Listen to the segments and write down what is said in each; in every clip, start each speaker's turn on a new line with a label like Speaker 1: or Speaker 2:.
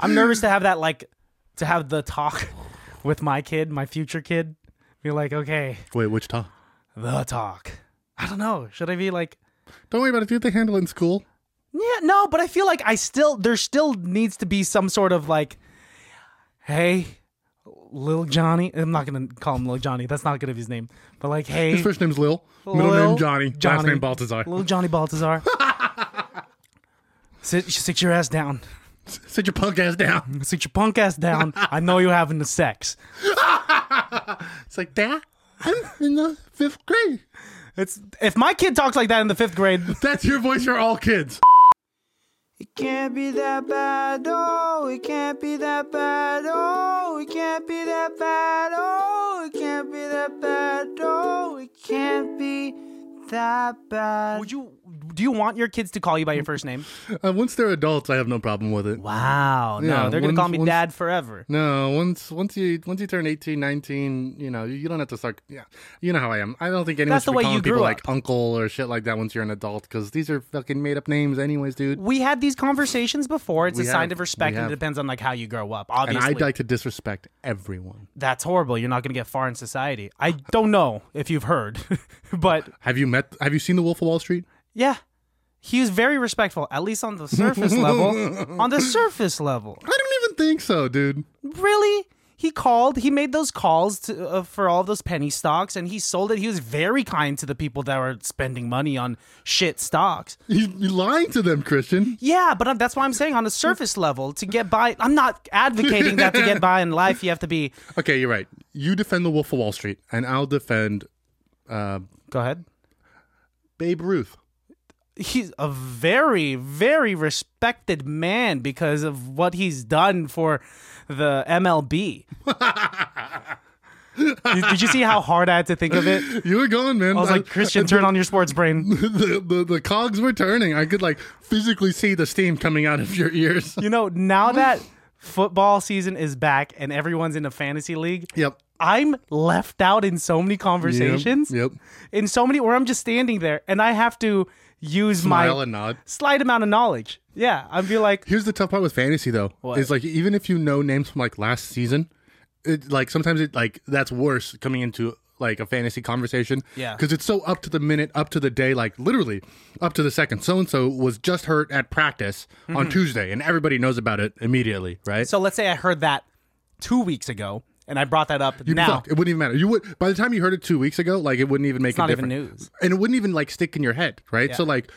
Speaker 1: I'm nervous to have that like to have the talk with my kid, my future kid. Be like, okay,
Speaker 2: Wait, which talk?
Speaker 1: the talk. I don't know. Should I be like,
Speaker 2: Don't worry about it, dude. They handle it in school.
Speaker 1: yeah, no? But I feel like I still there still needs to be some sort of like, hey, little Johnny. I'm not gonna call him little Johnny. That's not gonna be his name. But like, hey,
Speaker 2: His first name's Lil, middle
Speaker 1: Lil
Speaker 2: name Johnny, last
Speaker 1: Johnny.
Speaker 2: name Baltazar.
Speaker 1: Little Johnny Baltazar. sit, sit your ass down.
Speaker 2: Sit your punk ass down.
Speaker 1: Sit your punk ass down. I know you're having the sex.
Speaker 2: It's like, Dad, I'm in the fifth grade.
Speaker 1: It's if my kid talks like that in the fifth grade,
Speaker 2: That's your voice for all kids.
Speaker 3: It can't be that bad, oh, it can't be that bad, oh, it can't be that bad, oh, it can't be that bad, oh, it can't be that bad.
Speaker 1: would you? Do you want your kids to call you by your first name?
Speaker 2: Uh, once they're adults, I have no problem with it.
Speaker 1: Wow, no,
Speaker 2: Yeah,
Speaker 1: they're gonna call
Speaker 2: once-
Speaker 1: me
Speaker 2: once-
Speaker 1: dad forever.
Speaker 2: No, once once you once you turn 18, 19, you know, you, you don't have to start. Yeah, you know how I am. I don't think anyone
Speaker 1: That's
Speaker 2: should
Speaker 1: the
Speaker 2: be
Speaker 1: way
Speaker 2: calling
Speaker 1: you
Speaker 2: people
Speaker 1: grew
Speaker 2: like
Speaker 1: up.
Speaker 2: uncle or shit like that once you're an adult because these are fucking made up names, anyways, dude.
Speaker 1: We had these conversations before. It's
Speaker 2: We
Speaker 1: a
Speaker 2: have,
Speaker 1: sign of
Speaker 2: we
Speaker 1: respect, and
Speaker 2: have.
Speaker 1: it depends on like how you grow up.
Speaker 2: And
Speaker 1: Obviously,
Speaker 2: I'd like to disrespect everyone.
Speaker 1: that's horrible. You're not gonna get far in society. I don't know if you've heard, but
Speaker 2: Have you met? Have you seen The Wolf of Wall Street?
Speaker 1: yeah, he was very respectful, at least on the surface level. On the surface level,
Speaker 2: I don't even think so, dude.
Speaker 1: really he called he made those calls to, uh, for all those penny stocks and he sold it he was very kind to the people that were spending money on shit stocks
Speaker 2: You, you're lying to them, Christian.
Speaker 1: yeah but i that's why i'm saying on a surface level to get by i'm not advocating that to get by in life you have to be
Speaker 2: Okay, you're right. You defend The Wolf of Wall Street, and I'll defend
Speaker 1: go ahead
Speaker 2: Babe Ruth.
Speaker 1: he's a very very respected man because of what he's done for the mlb did, did you see how hard i had to think of it
Speaker 2: You were going, man.
Speaker 1: i was like christian turn on your sports brain
Speaker 2: the, the the cogs were turning. I could like physically see the steam coming out of your ears.
Speaker 1: You know, now that football season is back and everyone's in a fantasy league,
Speaker 2: Yep.
Speaker 1: I'm left out in so many conversations.
Speaker 2: Yep. yep.
Speaker 1: In so many where I'm just standing there and I have to use
Speaker 2: Smile
Speaker 1: my
Speaker 2: and nod.
Speaker 1: slight amount of knowledge. Yeah. I'd be like,
Speaker 2: Here's the tough part with fantasy though.
Speaker 1: What?
Speaker 2: Is like even if you know names from like last season, it like sometimes it like that's worse coming into like a fantasy conversation.
Speaker 1: Yeah.
Speaker 2: Because it's so up to the minute, up to the day, like literally up to the second. So and so was just hurt at practice on Tuesday and everybody knows about it immediately, right?
Speaker 1: Mm-hmm. so let's say I heard that two weeks ago and I brought that up
Speaker 2: You'd be
Speaker 1: now.
Speaker 2: fucked. it wouldn't even matter. You would by the time you heard it two weeks ago, like it wouldn't even make a
Speaker 1: not even
Speaker 2: difference.
Speaker 1: news.
Speaker 2: and it wouldn't even like stick in your head, right? So like,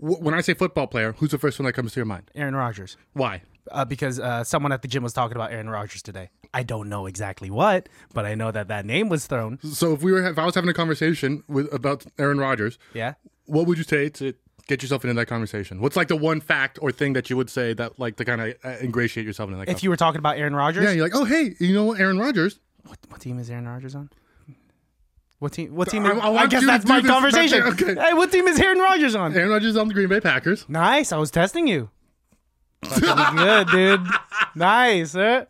Speaker 2: w- when I say football player, who's the first one that comes to your mind?
Speaker 1: Aaron Rodgers.
Speaker 2: Why?
Speaker 1: Uh, because uh, someone at the gym was talking about Aaron Rodgers today. I don't know exactly what, but I know that that name was thrown.
Speaker 2: So if we were, if I was having a conversation with about Aaron Rodgers,
Speaker 1: Yeah.
Speaker 2: what would you say to get yourself into that conversation? What's like the one fact or thing that you would say that like to kind of uh, ingratiate yourself into that?
Speaker 1: If you were talking about Aaron Rodgers,
Speaker 2: conversation? yeah, you're like, oh hey, you know what, Aaron Rodgers.
Speaker 1: What team is Aaron Rodgers on? What team? What team?
Speaker 2: I-
Speaker 1: is-
Speaker 2: I want
Speaker 1: guess
Speaker 2: you to
Speaker 1: that's
Speaker 2: do
Speaker 1: my
Speaker 2: this back
Speaker 1: conversation.
Speaker 2: there. Okay.
Speaker 1: Hey, what team is Aaron Rodgers on?
Speaker 2: Aaron Rodgers is on the Green Bay Packers.
Speaker 1: Nice. I was testing you. Fucking good, dude. Nice. Huh?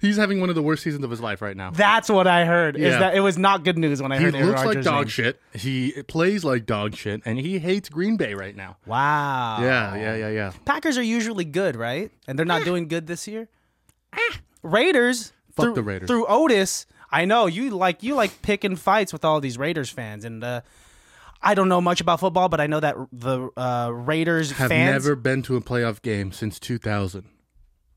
Speaker 2: He's having one of the worst seasons of his life right now.
Speaker 1: That's what I heard. Is
Speaker 2: Yeah.
Speaker 1: that it was not good news when I
Speaker 2: He
Speaker 1: heard Aaron
Speaker 2: looks
Speaker 1: Rodgers.
Speaker 2: like dog
Speaker 1: name.
Speaker 2: shit. He plays like dog shit, and he hates Green Bay right now.
Speaker 1: Wow.
Speaker 2: Yeah, yeah, yeah, yeah.
Speaker 1: Packers are usually good, right? And they're not doing good this year. Raiders.
Speaker 2: Fuck
Speaker 1: through,
Speaker 2: the Raiders.
Speaker 1: Through Otis, I know you like you like picking fights with all these Raiders fans, and uh, I don't know much about football, but I know that the uh, Raiders
Speaker 2: Have
Speaker 1: fans.
Speaker 2: never been to a playoff game since 2000.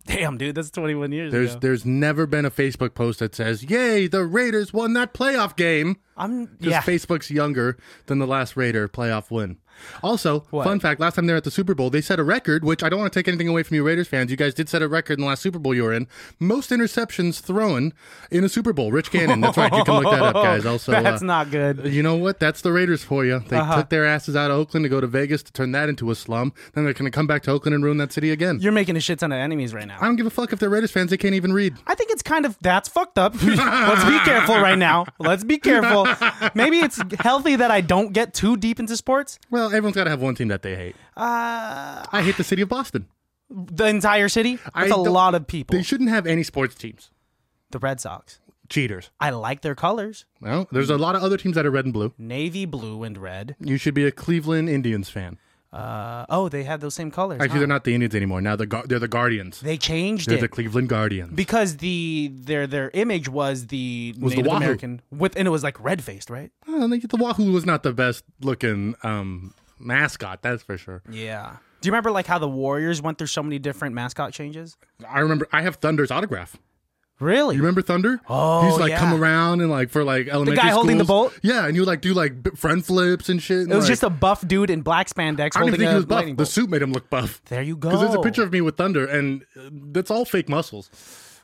Speaker 1: Damn, dude, that's 21 years
Speaker 2: There's
Speaker 1: ago.
Speaker 2: there's never been a Facebook post that says, "Yay, the Raiders won that playoff game."
Speaker 1: I'm
Speaker 2: Because
Speaker 1: yeah.
Speaker 2: Facebook's younger than the last Raider playoff win. Also, fun fact: last time they were at the Super Bowl, they set a record. Which I don't want to take anything away from you, Raiders fans. You guys did set a record in the last Super Bowl you were in. Most interceptions thrown in a Super Bowl. Rich Cannon. That's right. You can look that up, guys. Also, uh,
Speaker 1: Oh, that's not Uh-huh. good.
Speaker 2: You know what? That's the Raiders for you. They took their asses out of Oakland to go to Vegas to turn that into a slum. Then they're going to come back to Oakland and ruin that city again.
Speaker 1: You're making a shit ton of enemies right now.
Speaker 2: I don't give a fuck if they're Raiders fans. They can't even read.
Speaker 1: I think it's kind of that's fucked up. Let's be careful right now. Let's be careful. Maybe it's healthy that I don't get too deep into sports.
Speaker 2: Well, everyone's got to have one team that they hate.
Speaker 1: Uh,
Speaker 2: I hate the city of Boston.
Speaker 1: the entire city.
Speaker 2: I
Speaker 1: That's a
Speaker 2: don't-
Speaker 1: lot of people.
Speaker 2: They shouldn't have any sports teams.
Speaker 1: the Red Sox.
Speaker 2: Cheaters.
Speaker 1: I like their colors,
Speaker 2: Well, there's a lot of other teams that are red and blue.
Speaker 1: navy blue and red.
Speaker 2: You should be a Cleveland Indians fan.
Speaker 1: Uh, oh, they had those same colors.
Speaker 2: Actually,
Speaker 1: huh?
Speaker 2: they're not the Indians anymore. Now they're Gu- they're the Guardians.
Speaker 1: They changed
Speaker 2: They're
Speaker 1: it
Speaker 2: the Cleveland Guardians.
Speaker 1: because the their their image was the
Speaker 2: Was the
Speaker 1: Native
Speaker 2: Wahoo.
Speaker 1: American with, and it was like red faced, right?
Speaker 2: Well, they- the Wahoo was not the best looking um, mascot, that's for sure.
Speaker 1: Yeah. Do you remember like how the Warriors went through so many different mascot changes?
Speaker 2: I remember I have Thunder's autograph.
Speaker 1: Really?
Speaker 2: You remember Thunder?
Speaker 1: Oh,
Speaker 2: he used to, like
Speaker 1: yeah.
Speaker 2: come around and like for like elementary
Speaker 1: guy holding the
Speaker 2: schools.
Speaker 1: bolt?
Speaker 2: Yeah, and you would like do like b- friend flips and shit. and,
Speaker 1: it was
Speaker 2: like-
Speaker 1: just a buff dude in black spandex
Speaker 2: I don't
Speaker 1: holding
Speaker 2: even think
Speaker 1: a
Speaker 2: he was buff.
Speaker 1: lightning
Speaker 2: The
Speaker 1: bolt.
Speaker 2: suit made him look buff.
Speaker 1: There you go.
Speaker 2: Because there's a picture of me with Thunder, and uh, that's all fake muscles.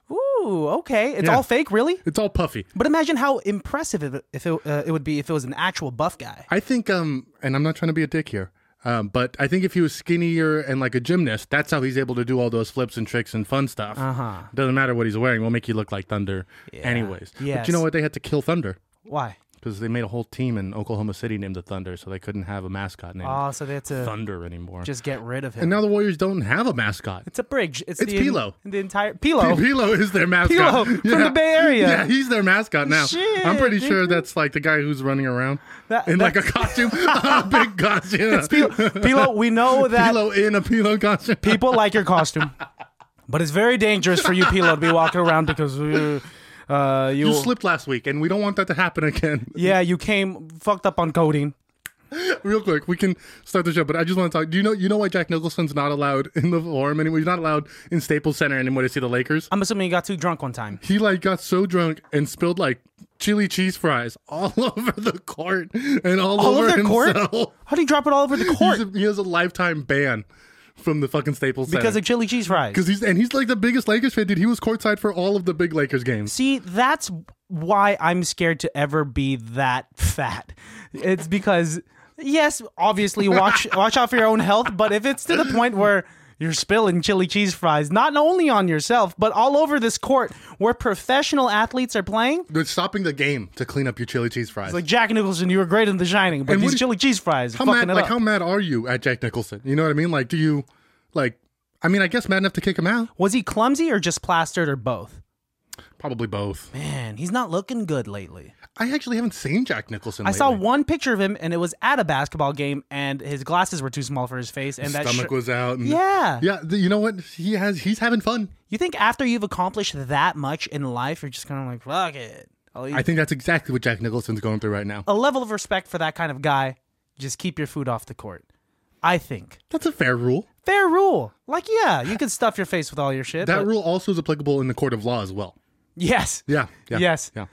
Speaker 1: Ooh, okay. It's
Speaker 2: Yeah.
Speaker 1: all fake, really.
Speaker 2: It's all puffy.
Speaker 1: But imagine how impressive it, if it, uh, it would be if it was an actual buff guy.
Speaker 2: I think, um, and I'm not trying to be a dick here, um, but I think if he was skinnier and like a gymnast, that's how he's able to do all those flips and tricks and fun stuff.
Speaker 1: Uh-huh.
Speaker 2: Doesn't matter what he's wearing; we'll make you look like Thunder, anyways. But
Speaker 1: Yes.
Speaker 2: you know what? They had to kill Thunder
Speaker 1: Why?
Speaker 2: because they made a whole team in Oklahoma City named the Thunder, so they couldn't have a mascot named
Speaker 1: Oh, so they had to
Speaker 2: Thunder anymore.
Speaker 1: just get rid of him.
Speaker 2: and now the Warriors don't have a mascot.
Speaker 1: it's a bridge. It's,
Speaker 2: It's
Speaker 1: the,
Speaker 2: Pilo.
Speaker 1: The entire Pilo.
Speaker 2: Pilo is their mascot.
Speaker 1: Pilo, from the Bay Area.
Speaker 2: Yeah, he's their mascot now. I'm
Speaker 1: Shit,
Speaker 2: pretty
Speaker 1: dude.
Speaker 2: sure that's like the guy who's running around
Speaker 1: That-
Speaker 2: in like a costume, a big costume.
Speaker 1: Pilo. Pilo, we know that
Speaker 2: Pilo in a Pilo costume.
Speaker 1: people like your costume, but it's very dangerous for you, Pilo, to be walking around because uh, uh, you,
Speaker 2: You slipped last week, and we don't want that to happen again.
Speaker 1: yeah, you came fucked up on coding.
Speaker 2: Real quick, we can start the show, but I just want to talk. Do you know? You know why Jack Nicholson's not allowed in the forum anymore? He's not allowed in Staples Center anymore to see the Lakers.
Speaker 1: I'm assuming you got too drunk one time.
Speaker 2: He like got so drunk and spilled like chili cheese fries all over the court and all,
Speaker 1: All
Speaker 2: over
Speaker 1: over their court?
Speaker 2: himself.
Speaker 1: How do you drop it all over the
Speaker 2: He's
Speaker 1: court
Speaker 2: a- he has a lifetime ban from the fucking Staples Center
Speaker 1: because of chili cheese fries?
Speaker 2: because he's and he's like the biggest Lakers fan, dude. He was courtside for all of the big Lakers games.
Speaker 1: See, that's why I'm scared to ever be that fat. It's because yes, obviously watch watch out for your own health, but if it's to the point where you're spilling chili cheese fries not only on yourself but all over this court where professional athletes are playing.
Speaker 2: They're stopping the game to clean up your chili cheese fries.
Speaker 1: Like Jack Nicholson, you were great in The Shining, but
Speaker 2: And what
Speaker 1: these
Speaker 2: do you-
Speaker 1: chili cheese fries are
Speaker 2: how
Speaker 1: fucking
Speaker 2: mad
Speaker 1: it
Speaker 2: like
Speaker 1: up.
Speaker 2: how mad are you at Jack Nicholson? You know what I mean? Like do you like I mean I guess mad enough to kick him out?
Speaker 1: Was he clumsy or just plastered or both?
Speaker 2: Probably both.
Speaker 1: Man, he's not looking good lately.
Speaker 2: I actually haven't seen Jack Nicholson.
Speaker 1: I saw
Speaker 2: lately.
Speaker 1: one picture of him, and it was at a basketball game, and his glasses were too small for his face, and that
Speaker 2: stomach
Speaker 1: shi-
Speaker 2: was out and
Speaker 1: yeah.
Speaker 2: Yeah, th- you know what? He has he's having fun.
Speaker 1: You think after you've accomplished that much in life, you're just kind of like, fuck it. I'll eat.
Speaker 2: I think that's exactly what Jack Nicholson's going through right now.
Speaker 1: a level of respect for that kind of guy, just keep your food off the court. I think.
Speaker 2: That's a fair rule.
Speaker 1: Fair rule. Like, yeah, you can stuff your face with all your shit.
Speaker 2: That
Speaker 1: but-
Speaker 2: rule also is applicable in the court of law as well.
Speaker 1: Yes.
Speaker 2: Yeah. yeah
Speaker 1: Yes.
Speaker 2: Yeah.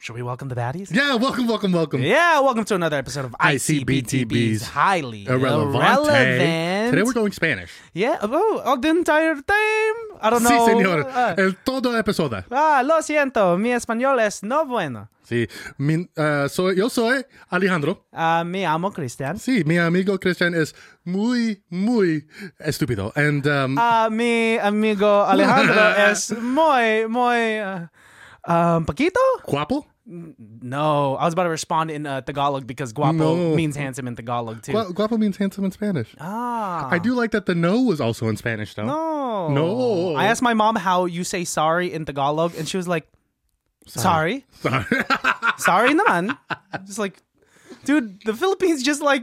Speaker 1: Should we welcome the baddies?
Speaker 2: Yeah, welcome, welcome, welcome.
Speaker 1: Yeah, welcome to another episode of
Speaker 2: ICBTB's
Speaker 1: ICBTB's Highly
Speaker 2: Irrelevant.
Speaker 1: Irrelevant.
Speaker 2: Today we're going Spanish.
Speaker 1: yeah, oh, all the entire time. I don't know.
Speaker 2: Sí, señor.
Speaker 1: Uh,
Speaker 2: El todo episodio.
Speaker 1: ah, lo siento, mi español es no bueno.
Speaker 2: Sí. Mi, uh, soy, yo soy Alejandro.
Speaker 1: Ah, me amo Cristian.
Speaker 2: Sí, mi amigo Christian es muy, muy estúpido. And um,
Speaker 1: Ah, mi amigo Alejandro es muy, muy. Uh, um, Paquito?
Speaker 2: guapo?
Speaker 1: No, I was about to respond in uh, Tagalog because guapo
Speaker 2: No.
Speaker 1: means handsome in Tagalog too.
Speaker 2: Gua- guapo means handsome in Spanish.
Speaker 1: ah.
Speaker 2: I do like that the no was also in Spanish, though.
Speaker 1: No.
Speaker 2: No.
Speaker 1: I asked my mom how you say sorry in Tagalog, and she was like, sorry.
Speaker 2: Sorry.
Speaker 1: Sorry, none. just like, dude, the Philippines just like,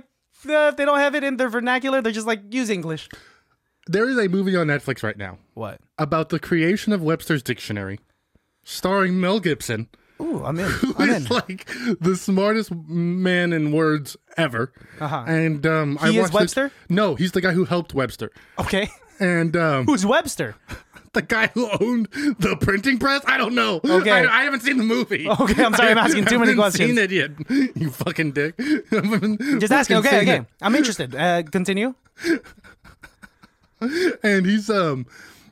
Speaker 1: uh, if they don't have it in their vernacular, they're just like, use English.
Speaker 2: there is a movie on Netflix right now
Speaker 1: What?
Speaker 2: about the creation of Webster's Dictionary, starring Mel Gibson,
Speaker 1: Ooh, I'm in.
Speaker 2: who
Speaker 1: I'm in.
Speaker 2: is like the smartest man in words ever.
Speaker 1: Uh-huh.
Speaker 2: And um, I
Speaker 1: He is
Speaker 2: watched it-
Speaker 1: Webster?
Speaker 2: No, he's the guy who helped Webster,
Speaker 1: Okay.
Speaker 2: and um,
Speaker 1: Who's Webster?
Speaker 2: the guy who owned the printing press? I don't know.
Speaker 1: Okay.
Speaker 2: I, I haven't seen the movie.
Speaker 1: Okay, I'm sorry, I'm asking too many
Speaker 2: I haven't
Speaker 1: questions.
Speaker 2: Seen it yet? You fucking dick. Just
Speaker 1: Just asking. Okay, okay. I'm interested. Uh, continue.
Speaker 2: And he's um,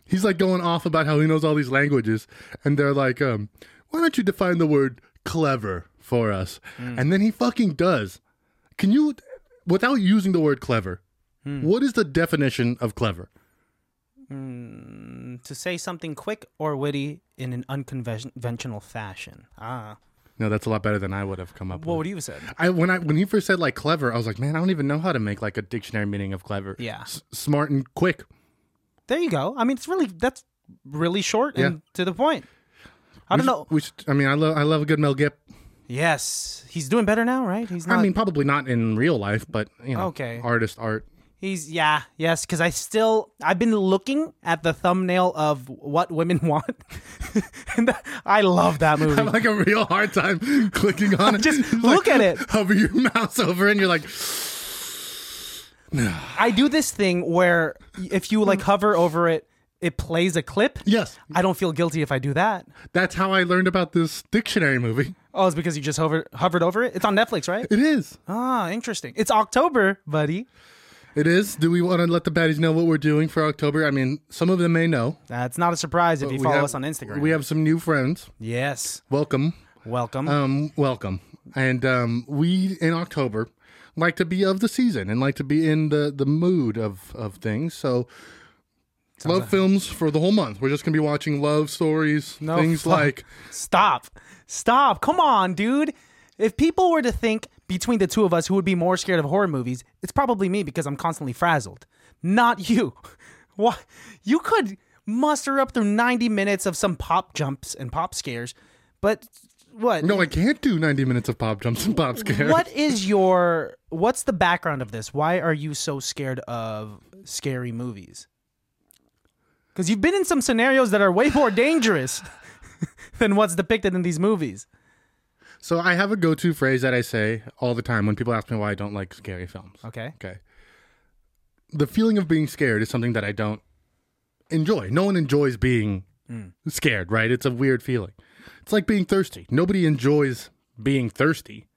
Speaker 2: he's like going off about how he knows all these languages, and they're like, um, why don't you define the word clever for us?
Speaker 1: Hmm.
Speaker 2: And then he fucking does. Can you, without using the word clever,
Speaker 1: Hmm.
Speaker 2: what is the definition of clever?
Speaker 1: To say something quick or witty in an unconventional fashion. Ah.
Speaker 2: No, that's a lot better than I would have come up
Speaker 1: What
Speaker 2: with.
Speaker 1: would you have said?
Speaker 2: I when I when he first said like clever, I was like, man, I don't even know how to make like a dictionary meaning of clever.
Speaker 1: Yeah.
Speaker 2: S- smart and quick.
Speaker 1: There you go. I mean, it's really, that's really short and to the point. I don't
Speaker 2: We sh-
Speaker 1: know.
Speaker 2: We should, I mean, I love I love a good Mel Gip.
Speaker 1: Yes. He's doing better now, right? He's not.
Speaker 2: I mean, probably not in real life, but you know,
Speaker 1: Uh, Okay.
Speaker 2: artist art.
Speaker 1: He's yeah, yes, because I still I've been looking at the thumbnail of what women want, and that- I love that movie.
Speaker 2: I'm like a real hard time clicking on it.
Speaker 1: Just
Speaker 2: Like,
Speaker 1: look at it.
Speaker 2: Hover your mouse over, and you're like,
Speaker 1: I do this thing where if you like hover over it, it plays a clip.
Speaker 2: yes.
Speaker 1: I don't feel guilty if I do that.
Speaker 2: That's how I learned about this dictionary movie.
Speaker 1: Oh, it's because you just hover, hovered over it. It's on Netflix, right?
Speaker 2: It is.
Speaker 1: Ah, interesting. It's October, buddy.
Speaker 2: It is. Do we want to let the baddies know what we're doing for October? I mean, some of them may know.
Speaker 1: That's not a surprise if you
Speaker 2: We
Speaker 1: follow
Speaker 2: have-
Speaker 1: us on Instagram.
Speaker 2: We have some new friends.
Speaker 1: yes,
Speaker 2: Welcome.
Speaker 1: welcome.
Speaker 2: Um, welcome. And um, we in October like to be of the season and like to be in the the mood of of things. So love films for the whole month. We're just gonna be watching love stories,
Speaker 1: No
Speaker 2: things
Speaker 1: fuck.
Speaker 2: like
Speaker 1: Stop. Stop. Come on, dude. If people were to think between the two of us who would be more scared of horror movies, it's probably me because I'm constantly frazzled. Not you. Why? You could muster up through 90 minutes of some pop jumps and pop scares, but what?
Speaker 2: no, I can't do ninety minutes of pop jumps and pop scares.
Speaker 1: What is your what's the background of this? Why are you so scared of scary movies? Cuz you've been in some scenarios that are way more dangerous than what's depicted in these movies.
Speaker 2: So I have a go to phrase that I say all the time when people ask me why I don't like scary films.
Speaker 1: Okay.
Speaker 2: Okay. The feeling of being scared is something that I don't enjoy. No one enjoys being
Speaker 1: Mm.
Speaker 2: scared, right? It's a weird feeling. It's like being thirsty. Nobody enjoys being thirsty,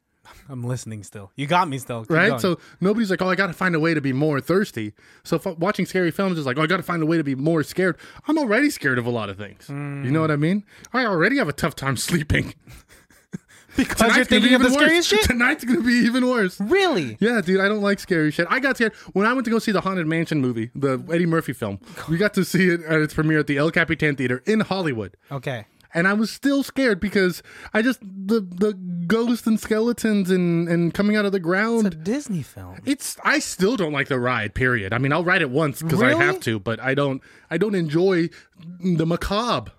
Speaker 1: I'm listening still. You got me still. Keep
Speaker 2: right?
Speaker 1: going.
Speaker 2: So nobody's like, "Oh, I got to find a way to be more thirsty." So f- watching scary films is like, "Oh, I got to find a way to be more scared." I'm already scared of a lot of things. You
Speaker 1: Mm.
Speaker 2: know what I mean? I already have a tough time sleeping.
Speaker 1: because Oh, you're
Speaker 2: Tonight's gonna be
Speaker 1: thinking of the
Speaker 2: even
Speaker 1: scariest
Speaker 2: worse.
Speaker 1: shit?
Speaker 2: Tonight's gonna be even worse.
Speaker 1: Really?
Speaker 2: Yeah, dude, I don't like scary shit. I got scared when I went to go see the Haunted Mansion movie, the Eddie Murphy film. We got to see it at its premiere at the El Capitan Theater in Hollywood,
Speaker 1: Okay.
Speaker 2: and I was still scared because I just the the ghosts and skeletons and and coming out of the
Speaker 1: It's a
Speaker 2: ground.
Speaker 1: Disney film.
Speaker 2: It's I still don't like the ride. Period. I mean, I'll ride it once because I
Speaker 1: Really?
Speaker 2: have to, but I don't I don't enjoy the macabre.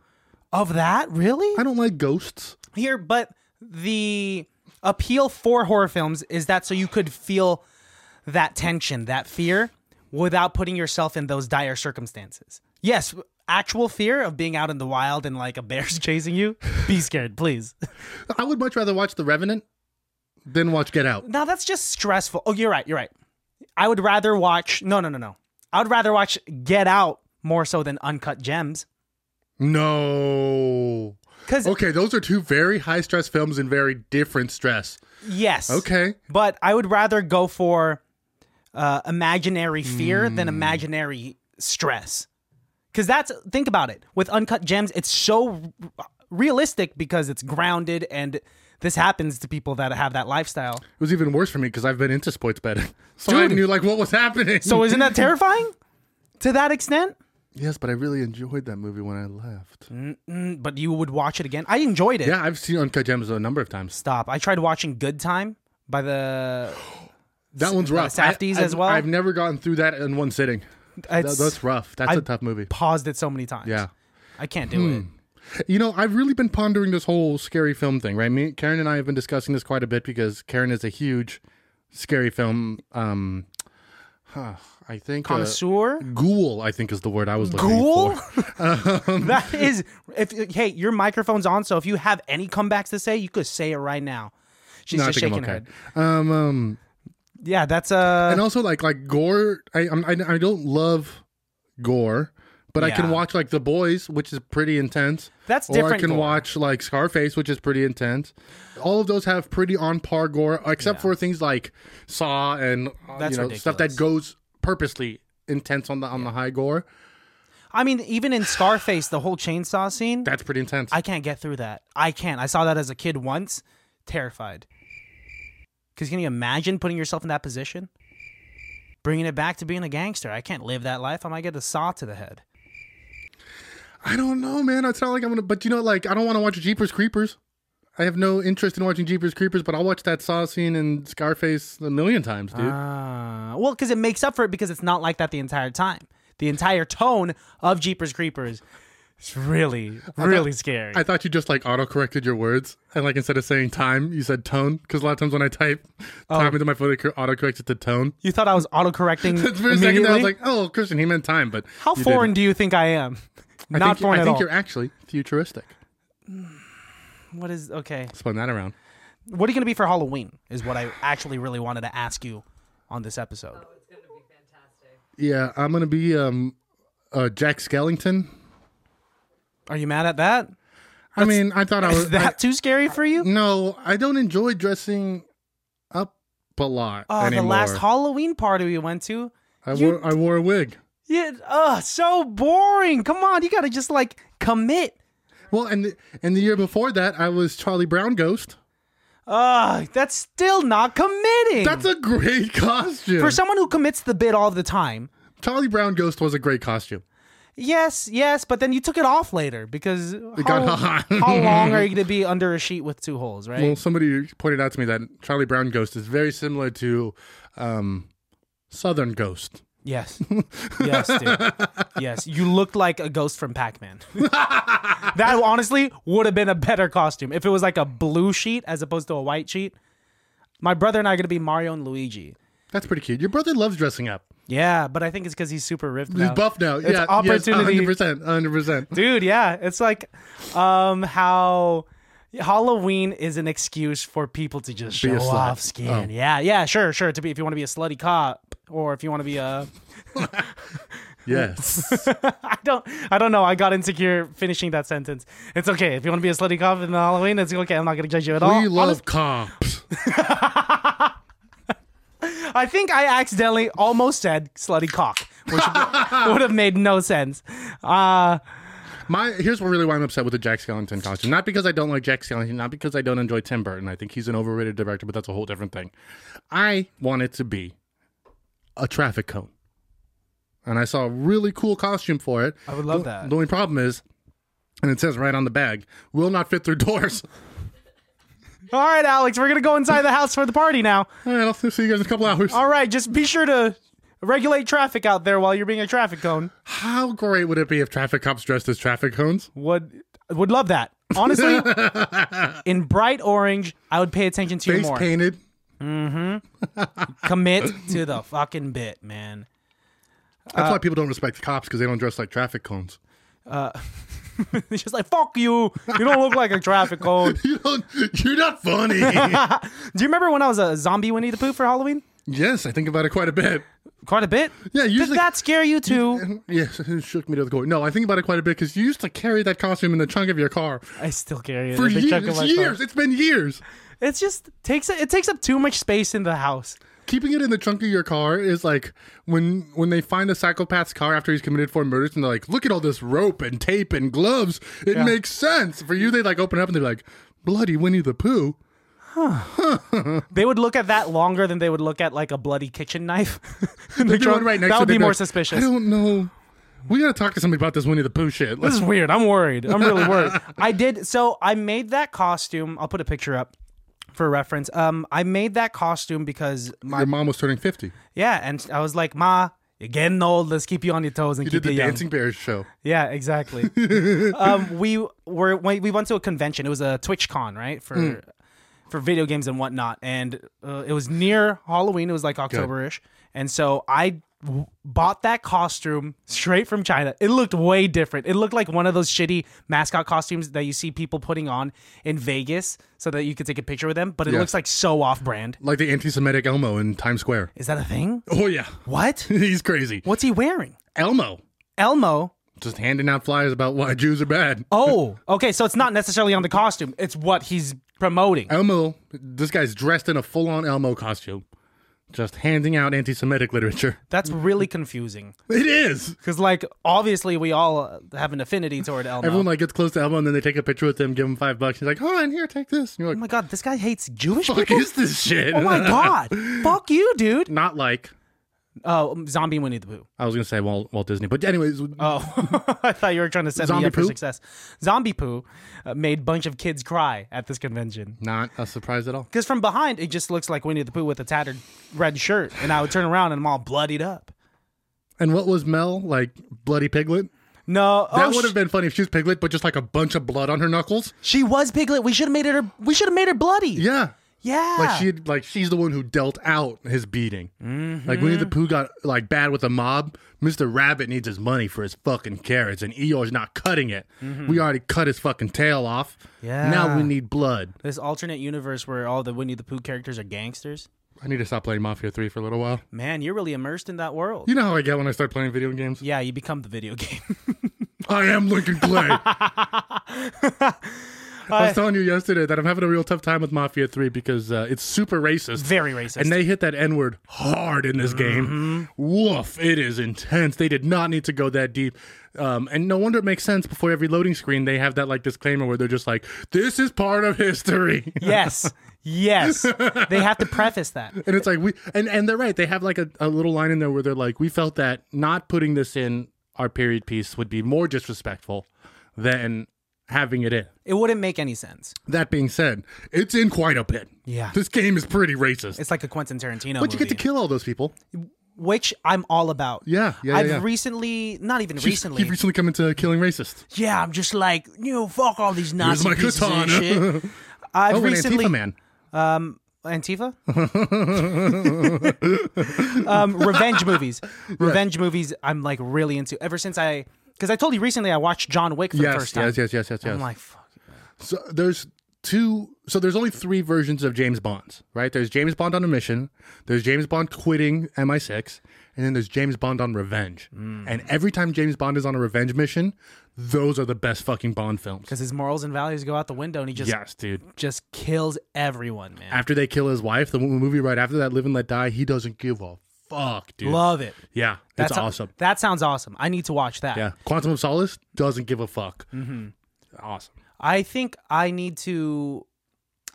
Speaker 1: Of that?
Speaker 2: I
Speaker 1: Really?
Speaker 2: don't like ghosts.
Speaker 1: Here, but the appeal for horror films is that so you could feel that tension, that fear, without putting yourself in those dire circumstances. Yes, actual fear of being out in the wild and like a bear's chasing you. Be scared, please.
Speaker 2: I would much rather watch The Revenant than watch Get Out.
Speaker 1: Now that's just stressful. Oh, you're right. You're right. I would rather watch. No, no, no, no. I would rather watch Get Out more so than Uncut Gems.
Speaker 2: No.
Speaker 1: Because
Speaker 2: Okay, those are two very high stress films and very different stress.
Speaker 1: yes,
Speaker 2: Okay.
Speaker 1: but I would rather go for uh, imaginary fear
Speaker 2: Hmm.
Speaker 1: than imaginary stress. Because that's think about it. With Uncut Gems, it's so r- realistic because it's grounded and. This happens to people that have that lifestyle.
Speaker 2: It was even worse for me because I've been into sports betting. So I knew like what was happening.
Speaker 1: So isn't that terrifying? to that extent?
Speaker 2: Yes, but I really enjoyed that movie when I left.
Speaker 1: Mm, But you would watch it again. I enjoyed it.
Speaker 2: Yeah, I've seen Uncut Gems a number of times.
Speaker 1: Stop. I tried watching Good Time by the.
Speaker 2: That one's rough.
Speaker 1: Safdies
Speaker 2: I- I-
Speaker 1: as well?
Speaker 2: I've never gotten through that in one sitting. That,
Speaker 1: It's,
Speaker 2: that's rough. That's a
Speaker 1: I-
Speaker 2: tough movie.
Speaker 1: paused it so many times.
Speaker 2: Yeah. Hmm.
Speaker 1: I can't do it.
Speaker 2: You know, I've really been pondering this whole scary film thing, right? Me, Karen, and I have been discussing this quite a bit because Karen is a huge scary film. Um, huh, I think uh,
Speaker 1: Connoisseur,
Speaker 2: ghoul. I think is the word I was looking
Speaker 1: ghoul.
Speaker 2: for. Um,
Speaker 1: that is. If hey, your microphone's on, so if you have any comebacks to say, you could say it right now. She's
Speaker 2: No, I
Speaker 1: just
Speaker 2: think
Speaker 1: shaking
Speaker 2: I'm
Speaker 1: her
Speaker 2: okay.
Speaker 1: head.
Speaker 2: Um, um,
Speaker 1: Yeah, that's uh.
Speaker 2: and also like like gore. I I'm- I I don't love gore, but I can
Speaker 1: Yeah.
Speaker 2: watch like The Boys, which is pretty intense.
Speaker 1: That's
Speaker 2: or I
Speaker 1: different
Speaker 2: can
Speaker 1: gore.
Speaker 2: watch like Scarface, which is pretty intense. All of those have pretty on par gore, except for things like Saw and uh,
Speaker 1: That's
Speaker 2: you know stuff that
Speaker 1: ridiculous.
Speaker 2: goes purposely intense on the on the high gore.
Speaker 1: I mean, even in Scarface, the whole chainsaw scene,
Speaker 2: That's pretty intense.
Speaker 1: I can't get through that. I can't. I saw that as a kid once, terrified. Because can you imagine putting yourself in that position? Bringing it back to being a gangster. I can't live that life. I might get a saw to the head.
Speaker 2: I don't know, man. It's not like I'm gonna, but you know, like I don't want to watch Jeepers Creepers. I have no interest in watching Jeepers Creepers, but I'll watch that Saw scene in Scarface a million times, dude.
Speaker 1: Ah, well, because it makes up for it because it's not like that the entire time. The entire tone of Jeepers Creepers It's really, really scary.
Speaker 2: I thought you just like auto corrected your words, and like instead of saying time, you said tone. Because a lot of times when I type
Speaker 1: Oh.
Speaker 2: time into my phone, it auto corrects it to tone.
Speaker 1: you thought I was autocorrecting
Speaker 2: For a second, there, I
Speaker 1: immediately?
Speaker 2: was like, "Oh, Christian, he meant time." But
Speaker 1: How
Speaker 2: you
Speaker 1: foreign
Speaker 2: didn't.
Speaker 1: do you think I am? Not
Speaker 2: I think,
Speaker 1: foreign
Speaker 2: I
Speaker 1: at
Speaker 2: think
Speaker 1: all.
Speaker 2: you're actually futuristic.
Speaker 1: What is okay?
Speaker 2: Spun that around.
Speaker 1: What are you gonna be for Halloween? Is what I actually really wanted to ask you on this episode.
Speaker 2: Yeah, I'm gonna be um, uh, Jack Skellington.
Speaker 1: Are you mad at that?
Speaker 2: I mean, I thought I was
Speaker 1: Is that too scary for you?
Speaker 2: No, I don't enjoy dressing up a lot
Speaker 1: Oh,
Speaker 2: anymore.
Speaker 1: the last Halloween party we went to.
Speaker 2: I
Speaker 1: you-
Speaker 2: wore I wore a wig.
Speaker 1: Yeah, oh, so boring. Come on, you gotta just like commit.
Speaker 2: Well, and the, and the year before that, I was Charlie Brown Ghost.
Speaker 1: Ugh, that's still not committing.
Speaker 2: That's a great costume.
Speaker 1: for someone who commits the bit all the time.
Speaker 2: Charlie Brown Ghost was a great costume.
Speaker 1: Yes, yes, but then you took it off later because how,
Speaker 2: got hot.
Speaker 1: how long are you gonna be under a sheet with two holes, right?
Speaker 2: Well, somebody pointed out to me that Charlie Brown Ghost is very similar to um, Southern Ghost.
Speaker 1: Yes. Yes, dude. yes. You looked like a ghost from Pac Man. that honestly would have been a better costume if it was like a blue sheet as opposed to a white sheet. My brother and I are going to be Mario and Luigi.
Speaker 2: That's pretty cute. Your brother loves dressing up.
Speaker 1: Yeah, but I think it's because he's super ripped
Speaker 2: He's
Speaker 1: now.
Speaker 2: buff now.
Speaker 1: It's
Speaker 2: yeah,
Speaker 1: opportunity.
Speaker 2: Yes, 100%. 100%.
Speaker 1: Dude, yeah. It's like um how Halloween is an excuse for people to just
Speaker 2: Be
Speaker 1: show
Speaker 2: a slut.
Speaker 1: off skin.
Speaker 2: Oh.
Speaker 1: Yeah, yeah, sure, sure. To be if you want to be a slutty cop or if you want to be a
Speaker 2: Yes.
Speaker 1: I don't I don't know. I got insecure finishing that sentence. It's okay. If you want to be a slutty cop in Halloween, it's okay. I'm not gonna judge you at all.
Speaker 2: we love
Speaker 1: Honest-
Speaker 2: cops.
Speaker 1: I think I accidentally almost said slutty cock, which would have made no sense. Uh
Speaker 2: My here's what really why I'm upset with the Jack Skellington costume. Not because I don't like Jack Skellington, not because I don't enjoy Tim Burton. I think he's an overrated director, but that's a whole different thing. I want it to be a traffic cone. And I saw a really cool costume for it.
Speaker 1: I would love
Speaker 2: The-
Speaker 1: that.
Speaker 2: The only problem is, and it says right on the bag, will not fit through doors.
Speaker 1: all right, Alex, we're gonna go inside the house for the party now.
Speaker 2: All right, I'll see you guys in a couple hours.
Speaker 1: All right, just be sure to regulate traffic out there while you're being a traffic cone.
Speaker 2: How great would it be if traffic cops dressed as traffic cones?
Speaker 1: Would would love that. Honestly, in bright orange, I would pay attention to you
Speaker 2: Face
Speaker 1: more.
Speaker 2: painted.
Speaker 1: Commit to the fucking bit, man. Uh,
Speaker 2: That's why people don't respect cops because they don't dress like traffic cones.
Speaker 1: It's just like fuck you. You don't look like a traffic cone.
Speaker 2: You don't, you're not funny.
Speaker 1: Do you remember when I was a zombie Winnie the Pooh for Halloween?
Speaker 2: yes, I think about it quite a bit.
Speaker 1: Quite a bit.
Speaker 2: Yeah,
Speaker 1: Did
Speaker 2: usually.
Speaker 1: that scare you too?
Speaker 2: yes, it shook me to the core. No, I think about it quite a bit because you used to carry that costume in the trunk of your car
Speaker 1: I still carry it.
Speaker 2: for
Speaker 1: a big
Speaker 2: years.
Speaker 1: chunk of my
Speaker 2: It's
Speaker 1: phone.
Speaker 2: years. It's been years.
Speaker 1: It's just takes it takes up too much space in the house.
Speaker 2: Keeping it in the trunk of your car is like when when they find a psychopath's car after he's committed four murders, and they're like, "Look at all this rope and tape and gloves. It makes sense." For you, they like open it up and they're like, "Bloody Winnie the Pooh."
Speaker 1: They would look at that longer than they would look at like a bloody kitchen knife. in the
Speaker 2: There'd be one
Speaker 1: trunk.
Speaker 2: right next
Speaker 1: that
Speaker 2: to it,
Speaker 1: would
Speaker 2: they'd
Speaker 1: be more
Speaker 2: like,
Speaker 1: suspicious.
Speaker 2: I don't know. We gotta talk to somebody about this Winnie the Pooh shit.
Speaker 1: This is weird. I'm worried. I'm really worried. I did so I made that costume. I'll put a picture up for reference. Um I made that costume because my
Speaker 2: Your mom was turning fifty.
Speaker 1: yeah, and I was like, "Ma, you're getting old. Let's keep you on your toes and
Speaker 2: You
Speaker 1: keep
Speaker 2: did the
Speaker 1: you young."
Speaker 2: Dancing Bears show.
Speaker 1: Yeah, exactly. um, we were we we went to a convention. It was a TwitchCon, right? For for video games and whatnot. And uh, it was near Halloween. It was like October ish. And so I w- bought that costume straight from China. It looked way different. It looked like one of those shitty mascot costumes that you see people putting on in Vegas so that you could take a picture with them. But it
Speaker 2: Yes.
Speaker 1: looks like so off brand.
Speaker 2: Like the anti-Semitic Elmo in Times Square.
Speaker 1: Is that a thing?
Speaker 2: Oh yeah,
Speaker 1: What?
Speaker 2: he's crazy.
Speaker 1: What's he wearing?
Speaker 2: Elmo
Speaker 1: Elmo
Speaker 2: just handing out flyers about why Jews are bad.
Speaker 1: Oh, okay. So it's not necessarily on the costume; it's what he's promoting.
Speaker 2: Elmo, this guy's dressed in a full-on Elmo costume, just handing out anti-Semitic literature.
Speaker 1: That's really confusing
Speaker 2: It is.
Speaker 1: because, like, obviously we all have an affinity toward Elmo.
Speaker 2: Everyone like gets close to Elmo and then they take a picture with him, give him five bucks. He's like, "Oh, and here, take this." And you're
Speaker 1: oh
Speaker 2: like,
Speaker 1: my god, this guy hates Jewish
Speaker 2: "Fuck
Speaker 1: people.
Speaker 2: is this shit?"
Speaker 1: Oh my god, fuck you, dude.
Speaker 2: Not like
Speaker 1: Oh, zombie Winnie the Pooh.
Speaker 2: I was gonna say Walt, Walt Disney, but anyways,
Speaker 1: Oh, I thought you were trying to set
Speaker 2: Zombie
Speaker 1: me up for
Speaker 2: poo?
Speaker 1: success. Zombie Pooh uh, made bunch of kids cry at this convention
Speaker 2: not a surprise at all.
Speaker 1: because from behind it just looks like Winnie the Pooh with a tattered red shirt, and I would turn around and I'm all bloodied up.
Speaker 2: And what was Mel like? Bloody piglet.
Speaker 1: No,
Speaker 2: That
Speaker 1: oh,
Speaker 2: would have
Speaker 1: sh-
Speaker 2: been funny if she was Piglet, but just like a bunch of blood on her knuckles.
Speaker 1: She was Piglet. We should have made it her. We should have made her bloody.
Speaker 2: Yeah.
Speaker 1: yeah.
Speaker 2: Like she had, like she's the one who dealt out his beating. Like Winnie the
Speaker 1: Mm-hmm.
Speaker 2: Pooh got like bad with the mob. Mr. Rabbit needs his money for his fucking carrots, and Eeyore's not cutting it. We already cut his fucking tail off.
Speaker 1: Mm-hmm. Yeah.
Speaker 2: Now we need blood.
Speaker 1: this alternate universe where all the Winnie the Pooh characters are gangsters.
Speaker 2: I need to stop playing Mafia Three for a little while.
Speaker 1: Man, you're really immersed in that world.
Speaker 2: You know how I get when I start playing video games.
Speaker 1: yeah, you become the video game.
Speaker 2: I am Lincoln Clay. I was telling you yesterday that I'm having a real tough time with Mafia 3 because uh, it's super racist.
Speaker 1: Very racist.
Speaker 2: And they hit that N word hard in this
Speaker 1: Mm-hmm.
Speaker 2: game. Woof, it is intense. They did not need to go that deep. Um, and no wonder it makes sense before every loading screen, they have that like disclaimer where they're just like, this is part of history.
Speaker 1: yes, yes. They have to preface that.
Speaker 2: And it's like we and, and they're right. They have like a, a little line in there where they're like, we felt that not putting this in our period piece would be more disrespectful than having it in.
Speaker 1: It wouldn't make any sense.
Speaker 2: That being said, it's in quite a bit.
Speaker 1: Yeah.
Speaker 2: This game is pretty racist.
Speaker 1: It's like a Quentin Tarantino.
Speaker 2: but you get to
Speaker 1: movie,
Speaker 2: kill all those people.
Speaker 1: which I'm all about.
Speaker 2: Yeah, yeah, yeah,
Speaker 1: I've
Speaker 2: yeah.
Speaker 1: recently, not even
Speaker 2: He's-
Speaker 1: recently.
Speaker 2: He recently come into killing racist.
Speaker 1: yeah, I'm just like you know, fuck all these Nazi
Speaker 2: my
Speaker 1: pieces and
Speaker 2: katana.
Speaker 1: shit. I've
Speaker 2: Oh, an
Speaker 1: recently
Speaker 2: Antifa man.
Speaker 1: Antifa? um, revenge movies. Revenge movies, I'm like really into. Ever since I, because I told you recently I watched John Wick for the
Speaker 2: Yes,
Speaker 1: first time.
Speaker 2: yes, yes, yes, yes, yes.
Speaker 1: I'm like, fuck.
Speaker 2: so there's two. So there's only three versions of James Bonds, right? There's James Bond on a mission. There's James Bond quitting MI6, and then there's James Bond on revenge.
Speaker 1: Mm.
Speaker 2: And every time James Bond is on a revenge mission, those are the best fucking Bond films.
Speaker 1: Because his morals and values go out the window and he just
Speaker 2: Yes, dude.
Speaker 1: just kills everyone, man.
Speaker 2: After they kill his wife, the movie right after that, Live and Let Die, he doesn't give a fuck, dude.
Speaker 1: Love it.
Speaker 2: Yeah,
Speaker 1: That
Speaker 2: that's
Speaker 1: sou-
Speaker 2: awesome.
Speaker 1: That sounds awesome. I need to watch that.
Speaker 2: Yeah, Quantum of Solace doesn't give a fuck.
Speaker 1: Mm-hmm.
Speaker 2: Awesome.
Speaker 1: I think I need to.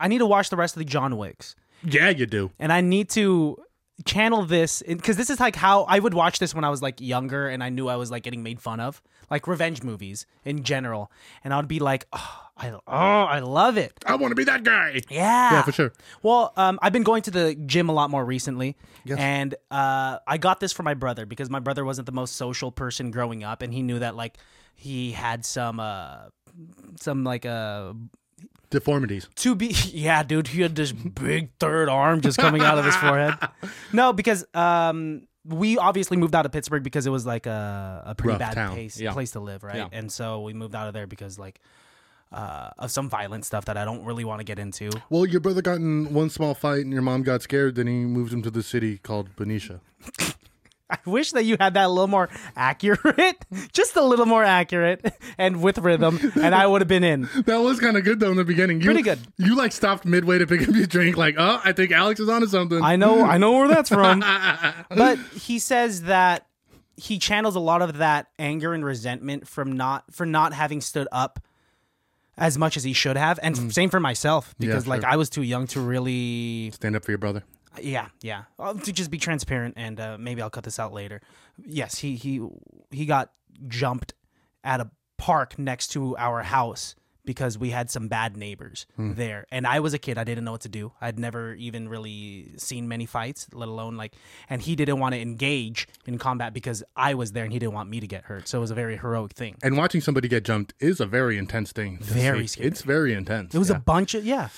Speaker 1: I need to watch the rest of the John Wicks,
Speaker 2: Yeah, you do.
Speaker 1: and I need to channel this because this is like how I would watch this when I was like younger, and I knew I was like getting made fun of, like revenge movies in general, and I'd be like, oh, I oh, I love it.
Speaker 2: I want to be that guy.
Speaker 1: Yeah,
Speaker 2: for sure.
Speaker 1: Well, um, I've been going to the gym a lot more recently, and uh, I got this for my brother because my brother wasn't the most social person growing up, and he knew that like he had some uh, some like uh,
Speaker 2: Deformities.
Speaker 1: to be yeah dude he had this big third arm just coming out of his forehead no because um we obviously moved out of pittsburgh because it was like a, a pretty
Speaker 2: Rough
Speaker 1: bad
Speaker 2: town,
Speaker 1: place,
Speaker 2: yeah.
Speaker 1: place to live right
Speaker 2: Yeah.
Speaker 1: and so we moved out of there because like uh, of some violent stuff that i don't really want to get into
Speaker 2: Well, your brother got in one small fight and your mom got scared. Then he moved him to the city called Benicia.
Speaker 1: i wish that you had that a little more accurate just a little more accurate and with rhythm and i would have been in
Speaker 2: That was kind of good though in the beginning. You,
Speaker 1: Pretty good.
Speaker 2: You like stopped midway to pick up your drink, like, oh, I think Alex is onto something.
Speaker 1: I know, I know where that's from. but he says that he channels a lot of that anger and resentment from not for not having stood up as much as he should have, and same for myself because like
Speaker 2: sure.
Speaker 1: I was too young to really,
Speaker 2: Stand up for your brother.
Speaker 1: yeah, yeah, Uh, to just be transparent, and uh, maybe I'll cut this out later. Yes, he he he got jumped at a park next to our house. Because we had some bad neighbors there, and I was a kid. I didn't know what to do. I'd never even really seen many fights, let alone like. And he didn't want to engage in combat because I was there, and he didn't want me to get hurt. So it was a very heroic thing.
Speaker 2: And watching somebody get jumped is a very intense thing. to
Speaker 1: Very
Speaker 2: see.
Speaker 1: scary.
Speaker 2: It's very intense.
Speaker 1: It was a bunch of yeah.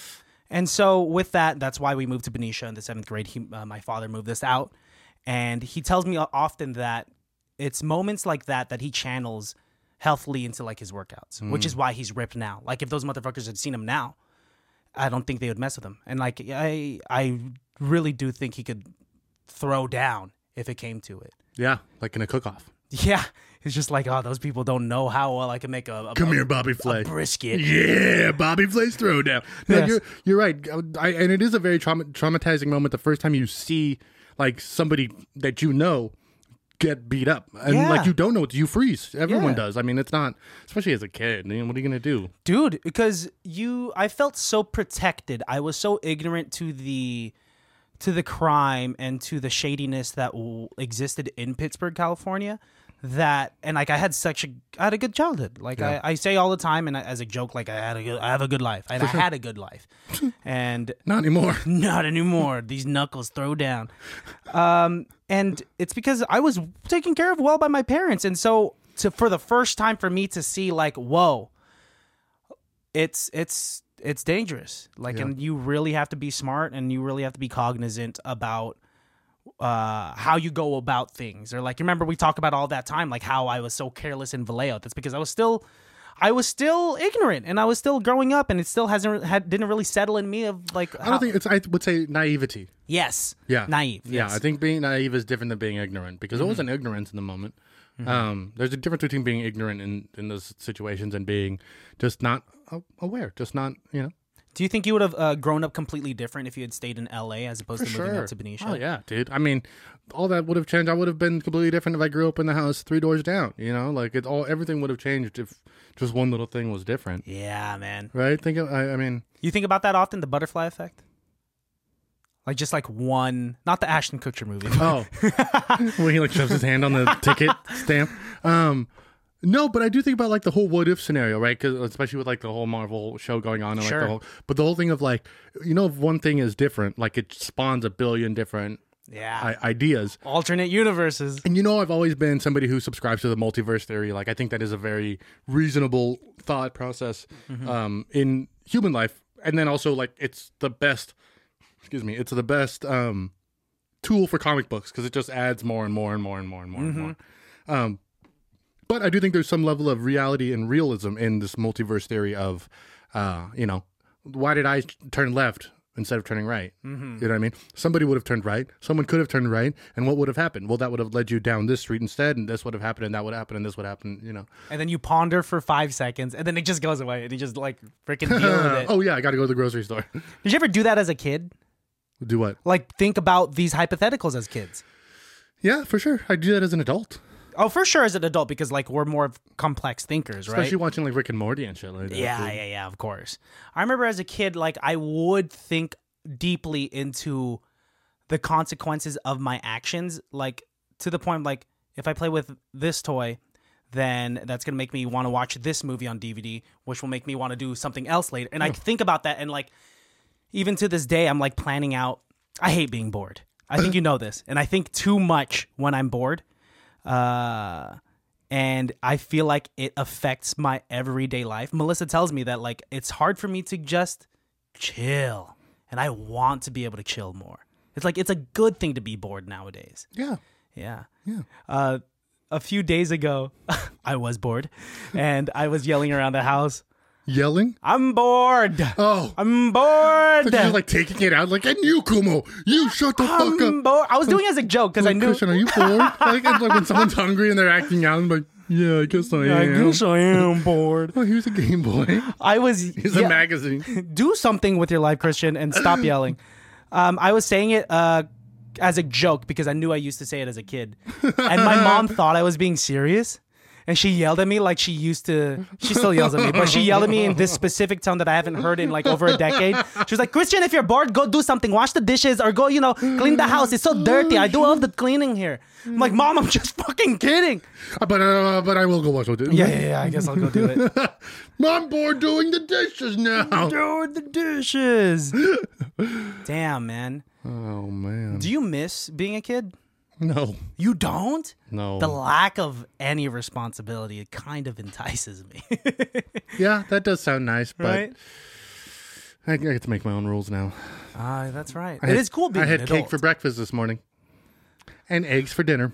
Speaker 1: And so with that, that's why we moved to Benicia in the seventh grade. He, uh, my father moved us out, and he tells me often that it's moments like that that he channels healthily into like his workouts, which
Speaker 2: Mm.
Speaker 1: is why he's ripped now. Like if those motherfuckers had seen him now, I don't think they would mess with him. And like I, I really do think he could throw down if it came to it.
Speaker 2: yeah, like in a cook-off.
Speaker 1: Yeah, it's just like oh, those people don't know how well I can make a, a,
Speaker 2: Come here, Bobby Flay.
Speaker 1: brisket.
Speaker 2: Yeah, Bobby Flay's throwdown. No,
Speaker 1: Yes.
Speaker 2: you're you're right, I, and it is a very trauma, traumatizing moment the first time you see like somebody that you know get beat up, and
Speaker 1: Yeah.
Speaker 2: like you don't know what you freeze. Everyone
Speaker 1: Yeah.
Speaker 2: does. I mean, it's not especially as a kid. I mean, what are you gonna do?
Speaker 1: dude because you i felt so protected i was so ignorant to the to the crime and to the shadiness that w- existed in pittsburgh california that and like i had such a i had a good childhood like I, I say all the time and I, as a joke like i had a good i have a good life and i had a good life and
Speaker 2: Not anymore.
Speaker 1: not anymore these knuckles throw down um and it's because i was taken care of well by my parents and so to for the first time for me to see like whoa it's it's it's dangerous like
Speaker 2: Yeah.
Speaker 1: and you really have to be smart and you really have to be cognizant about uh how you go about things or like remember we talked about all that time like how i was so careless in vallejo that's because i was still i was still ignorant and i was still growing up and it still hasn't had, didn't really settle in me of like
Speaker 2: I don't think it's. I would say naivety.
Speaker 1: yes
Speaker 2: Yeah,
Speaker 1: naive
Speaker 2: Yeah,
Speaker 1: yes. Mm-hmm.
Speaker 2: I think being naive is different than being ignorant because it wasn't ignorance in the moment. Um, there's a difference between being ignorant in in those situations and being just not a- aware, just not you know.
Speaker 1: Do you think you would have uh, grown up completely different if you had stayed in LA as opposed to moving out to Benicia?
Speaker 2: Oh yeah, dude. I mean, all that would have changed. I would have been completely different if I grew up in the house three doors down. You know, like it all everything would have changed if just one little thing was different.
Speaker 1: Yeah, man.
Speaker 2: Right? Think of, I, I mean,
Speaker 1: You think about that often, the butterfly effect? Like just like one, not the Ashton Kutcher movie. but-
Speaker 2: Oh, well, he like shoves his hand on the ticket stamp. Um, no, but I do think about like the whole what if scenario, right? Because especially with like the whole Marvel show going on, and, like,
Speaker 1: Sure.
Speaker 2: the whole, but the whole thing of like, you know, if one thing is different, like it spawns a billion different
Speaker 1: yeah.
Speaker 2: I- ideas.
Speaker 1: Alternate universes.
Speaker 2: And you know, I've always been somebody who subscribes to the multiverse theory. Like, I think that is a very reasonable thought process um, in human life. And then also, like, it's the best, excuse me, it's the best um, tool for comic books because it just adds more and more and more and more and more and more. Um, but I do think there's some level of reality and realism in this multiverse theory of, uh, you know, why did I turn left instead of turning right? Mm-hmm. You know what I mean? Somebody would have turned right. Someone could have turned right, and what would have happened? Well, that would have led you down this street instead, and this would have happened, and that would happen, and this would happen. You know?
Speaker 1: And then you ponder for five seconds and then it just goes away and you just like freaking deal with it.
Speaker 2: oh yeah, I got to go to the grocery store.
Speaker 1: Did you ever do that as a kid?
Speaker 2: do what?
Speaker 1: Like think about these hypotheticals as kids.
Speaker 2: Yeah, for sure. I do that as an adult,
Speaker 1: Oh, for sure as an adult because like we're more of complex thinkers, right?
Speaker 2: especially watching like Rick and Morty and shit like that.
Speaker 1: Yeah, yeah, yeah, of course. I remember as a kid, like, I would think deeply into the consequences of my actions, like, to the point, like, if I play with this toy, then that's going to make me want to watch this movie on DVD, which will make me want to do something else later. And I think about that, and like, even to this day, I'm like planning out. I hate being bored. I think you know this, and I think too much when I'm bored. Uh, and I feel like it affects my everyday life. Melissa tells me that like it's hard for me to just chill, and I want to be able to chill more. It's like it's a good thing to be bored nowadays.
Speaker 2: Yeah.
Speaker 1: Yeah.
Speaker 2: Yeah.
Speaker 1: Uh, a few days ago, I was bored, and I was yelling around the house.
Speaker 2: Yelling.
Speaker 1: I'm bored.
Speaker 2: Oh.
Speaker 1: I'm bored.
Speaker 2: She's just like taking it out, like, and you, Kumo, you shut the fuck up.
Speaker 1: I'm bored. I was doing it as a joke because I
Speaker 2: Like,
Speaker 1: knew.
Speaker 2: Christian, are you bored? like, it's like when someone's hungry and they're acting out, I'm like, yeah, I guess I
Speaker 1: I
Speaker 2: am.
Speaker 1: guess I am bored.
Speaker 2: Oh, here's a Game Boy.
Speaker 1: I was.
Speaker 2: Here's
Speaker 1: yeah,
Speaker 2: a magazine.
Speaker 1: do something with your life, Christian, and stop yelling. Um, I was saying it uh, as a joke because I knew I used to say it as a kid, and my mom thought I was being serious. And she yelled at me like she used to. She still yells at me, but she yelled at me in this specific tone that I haven't heard in like over a decade. She was like, "Christian, if you're bored, go do something. Wash the dishes or go, you know, clean the house. It's so dirty. I do all the cleaning here." I'm like, "Mom, I'm just fucking kidding."
Speaker 2: Uh, but uh, but I will go watch what it.
Speaker 1: Yeah, yeah, yeah. I guess I'll go do it.
Speaker 2: I'm bored doing the dishes now.
Speaker 1: doing the dishes. Damn, man.
Speaker 2: Oh man.
Speaker 1: Do you miss being a kid?
Speaker 2: No.
Speaker 1: You don't?
Speaker 2: No.
Speaker 1: The lack of any responsibility it kind of entices me.
Speaker 2: yeah, that does sound nice, but
Speaker 1: right?
Speaker 2: I, I get to make my own rules now.
Speaker 1: Ah, that's right.
Speaker 2: I
Speaker 1: it
Speaker 2: had-
Speaker 1: is cool being
Speaker 2: I had
Speaker 1: an
Speaker 2: cake
Speaker 1: adult.
Speaker 2: for breakfast this morning, and eggs for dinner,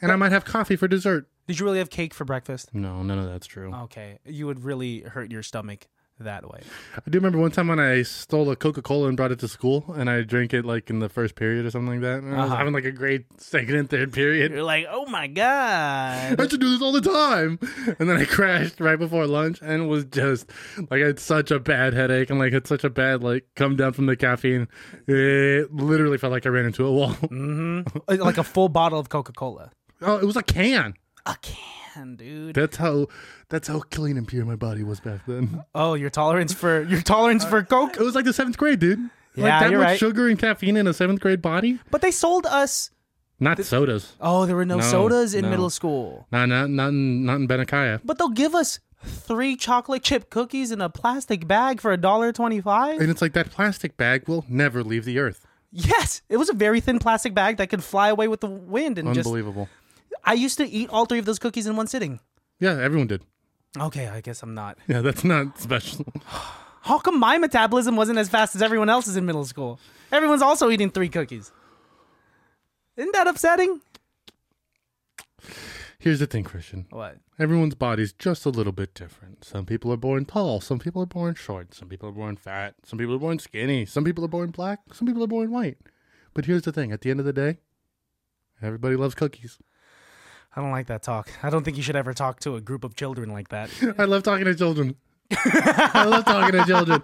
Speaker 2: and I might have coffee for dessert.
Speaker 1: Did you really have cake for breakfast?
Speaker 2: No, none of that's true.
Speaker 1: Okay. You would really hurt your stomach that way.
Speaker 2: I do remember one time when I stole a Coca Cola and brought it to school, and I drank it like in the first period or something like that. And I was
Speaker 1: Uh-huh.
Speaker 2: having like a great second and third period.
Speaker 1: You're like, oh my God.
Speaker 2: I should do this all the time. And then I crashed right before lunch and was just like, I had such a bad headache and like, had such a bad, like, come down from the caffeine. It literally felt like I ran into a wall.
Speaker 1: Mm. like a full bottle of Coca Cola.
Speaker 2: oh, it was a can.
Speaker 1: A can, dude.
Speaker 2: That's how, that's how clean and pure my body was back then.
Speaker 1: Oh, your tolerance for your tolerance for Coke.
Speaker 2: It was like the seventh grade, dude.
Speaker 1: Yeah,
Speaker 2: like that
Speaker 1: you're
Speaker 2: much
Speaker 1: right.
Speaker 2: sugar and caffeine in a seventh grade body?
Speaker 1: But they sold us.
Speaker 2: Not sodas.
Speaker 1: Oh, there were no,
Speaker 2: No,
Speaker 1: sodas in
Speaker 2: no.
Speaker 1: middle school.
Speaker 2: No, not not in, not in Benakaya.
Speaker 1: But they'll give us three chocolate chip cookies in a plastic bag for a dollar twenty-five.
Speaker 2: And it's like that plastic bag will never leave the earth.
Speaker 1: Yes, it was a very thin plastic bag that could fly away with the wind and just
Speaker 2: Unbelievable.
Speaker 1: I used to eat all three of those cookies in one sitting.
Speaker 2: Yeah, everyone did.
Speaker 1: Okay, I guess I'm not.
Speaker 2: Yeah, that's not special.
Speaker 1: How come my metabolism wasn't as fast as everyone else's in middle school? Everyone's also eating three cookies. Isn't that upsetting?
Speaker 2: Here's the thing, Christian.
Speaker 1: What?
Speaker 2: Everyone's body's just a little bit different. Some people are born tall, some people are born short, some people are born fat, some people are born skinny, some people are born black, some people are born white. But here's the thing, at the end of the day, everybody loves cookies.
Speaker 1: I don't like that talk. I don't think you should ever talk to a group of children like that.
Speaker 2: I love talking to children. I love talking to children.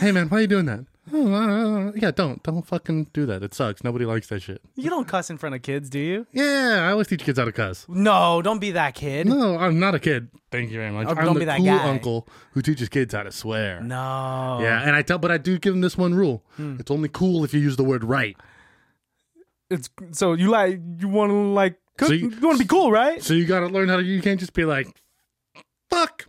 Speaker 2: Hey man, why are you doing that? "Oh, uh, Yeah, don't. Don't fucking do that. It sucks. Nobody likes that shit.
Speaker 1: You don't cuss in front of kids, do you?
Speaker 2: Yeah, I always teach kids how to cuss.
Speaker 1: No, don't be that kid.
Speaker 2: No, I'm not a kid. Thank you very much.
Speaker 1: Oh,
Speaker 2: I'm
Speaker 1: don't
Speaker 2: the
Speaker 1: be that
Speaker 2: cool
Speaker 1: guy.
Speaker 2: uncle who teaches kids how to swear.
Speaker 1: No. Hmm.
Speaker 2: Yeah, and I tell, but I do give them this one rule: it's only cool if you use the word right.
Speaker 1: It's so you like you want to like cook,
Speaker 2: So you-
Speaker 1: you, want to be cool, right?
Speaker 2: So you got to learn how to. You can't just be like, "Fuck."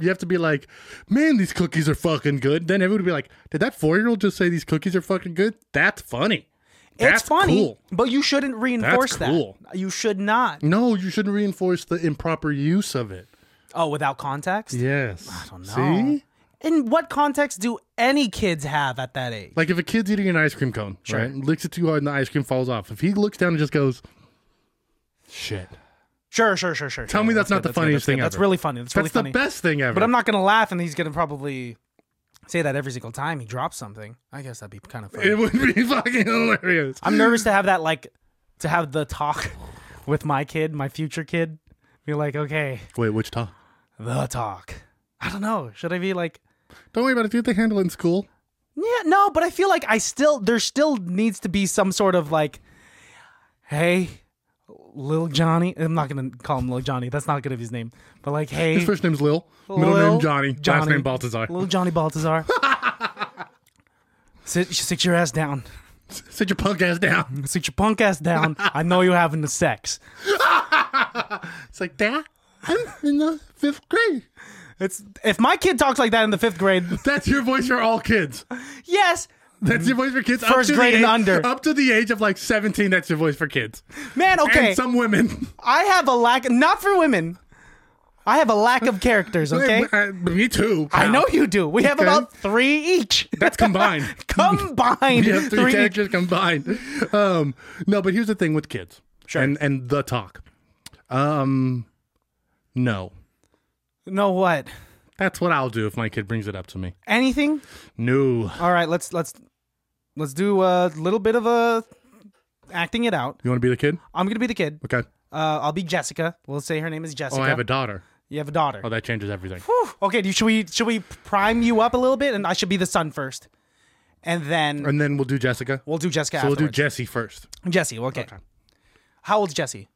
Speaker 2: You have to be like, "Man, these cookies are fucking good." Then everyone would be like, "Did that four-year-old just say these cookies are fucking good?" That's funny. That's
Speaker 1: it's funny,
Speaker 2: cool.
Speaker 1: but you shouldn't reinforce
Speaker 2: cool.
Speaker 1: that. You should not.
Speaker 2: No, you shouldn't reinforce the improper use of it.
Speaker 1: Oh, without context.
Speaker 2: Yes. I
Speaker 1: don't know.
Speaker 2: See?
Speaker 1: In what context do any kids have at that age?
Speaker 2: Like if a kid's eating an ice cream cone, right? Licks it too hard and the ice cream falls off. If he looks down and just goes, "Shit."
Speaker 1: Sure, sure, sure, sure.
Speaker 2: Tell me that's not
Speaker 1: good,
Speaker 2: the
Speaker 1: good,
Speaker 2: funniest
Speaker 1: good,
Speaker 2: thing
Speaker 1: That's
Speaker 2: ever.
Speaker 1: really funny. That's, really
Speaker 2: That's the
Speaker 1: funny.
Speaker 2: best thing ever.
Speaker 1: But I'm not gonna laugh, and he's gonna probably say that every single time he drops something. I guess that'd be kind of funny.
Speaker 2: It would be fucking hilarious.
Speaker 1: I'm nervous to have that like to have the talk with my kid, my future kid. Be like, okay,
Speaker 2: Wait, which talk?
Speaker 1: the talk. I don't know. Should I be like,
Speaker 2: Don't worry about it, dude. They handle it in school.
Speaker 1: yeah, no? But I feel like I still there still needs to be some sort of like, hey, little Johnny. I'm not gonna call him little Johnny. That's not gonna be his name. But like, hey,
Speaker 2: His first name's Lil, middle
Speaker 1: Lil
Speaker 2: name Johnny, last
Speaker 1: Johnny.
Speaker 2: name Baltazar.
Speaker 1: little Johnny Baltazar. sit, sit your ass down.
Speaker 2: Sit your punk ass down.
Speaker 1: Sit your punk ass down. I know you're having the sex.
Speaker 2: It's like, Dad, I'm in the fifth grade.
Speaker 1: It's if my kid talks like that in the fifth grade,
Speaker 2: That's your voice for all kids.
Speaker 1: yes,
Speaker 2: That's your voice for kids. up
Speaker 1: First
Speaker 2: to the
Speaker 1: grade and
Speaker 2: age-
Speaker 1: under.
Speaker 2: Up to the age of like 17, that's your voice for kids.
Speaker 1: man. Okay,
Speaker 2: And some women.
Speaker 1: I have a lack, not for women. I have a lack of characters. Okay,
Speaker 2: I- Uh, me too.
Speaker 1: I
Speaker 2: pal.
Speaker 1: know you do. We have
Speaker 2: Okay.
Speaker 1: about three each
Speaker 2: That's combined.
Speaker 1: combined.
Speaker 2: you have three,
Speaker 1: three each.
Speaker 2: characters combined. Um, no, but here's the thing with kids.
Speaker 1: Sure.
Speaker 2: And, and the talk. Um, no.
Speaker 1: No, what?
Speaker 2: That's what I'll do if my kid brings it up to me.
Speaker 1: Anything?
Speaker 2: No.
Speaker 1: All right, let's let's let's do a little bit of a acting it out.
Speaker 2: You want to be the kid?
Speaker 1: I'm gonna be the kid.
Speaker 2: Okay.
Speaker 1: Uh, I'll be Jessica. We'll say her name is Jessica.
Speaker 2: Oh, I have a daughter.
Speaker 1: you have a daughter.
Speaker 2: Oh, that changes everything.
Speaker 1: Whew. Okay, do- should we should we prime you up a little bit? And I should be the son first, and then
Speaker 2: And then we'll do Jessica.
Speaker 1: we'll do Jessica.
Speaker 2: so we'll do
Speaker 1: afterwards.
Speaker 2: Jesse first.
Speaker 1: Jesse. Okay.
Speaker 2: Okay.
Speaker 1: How old's Jesse?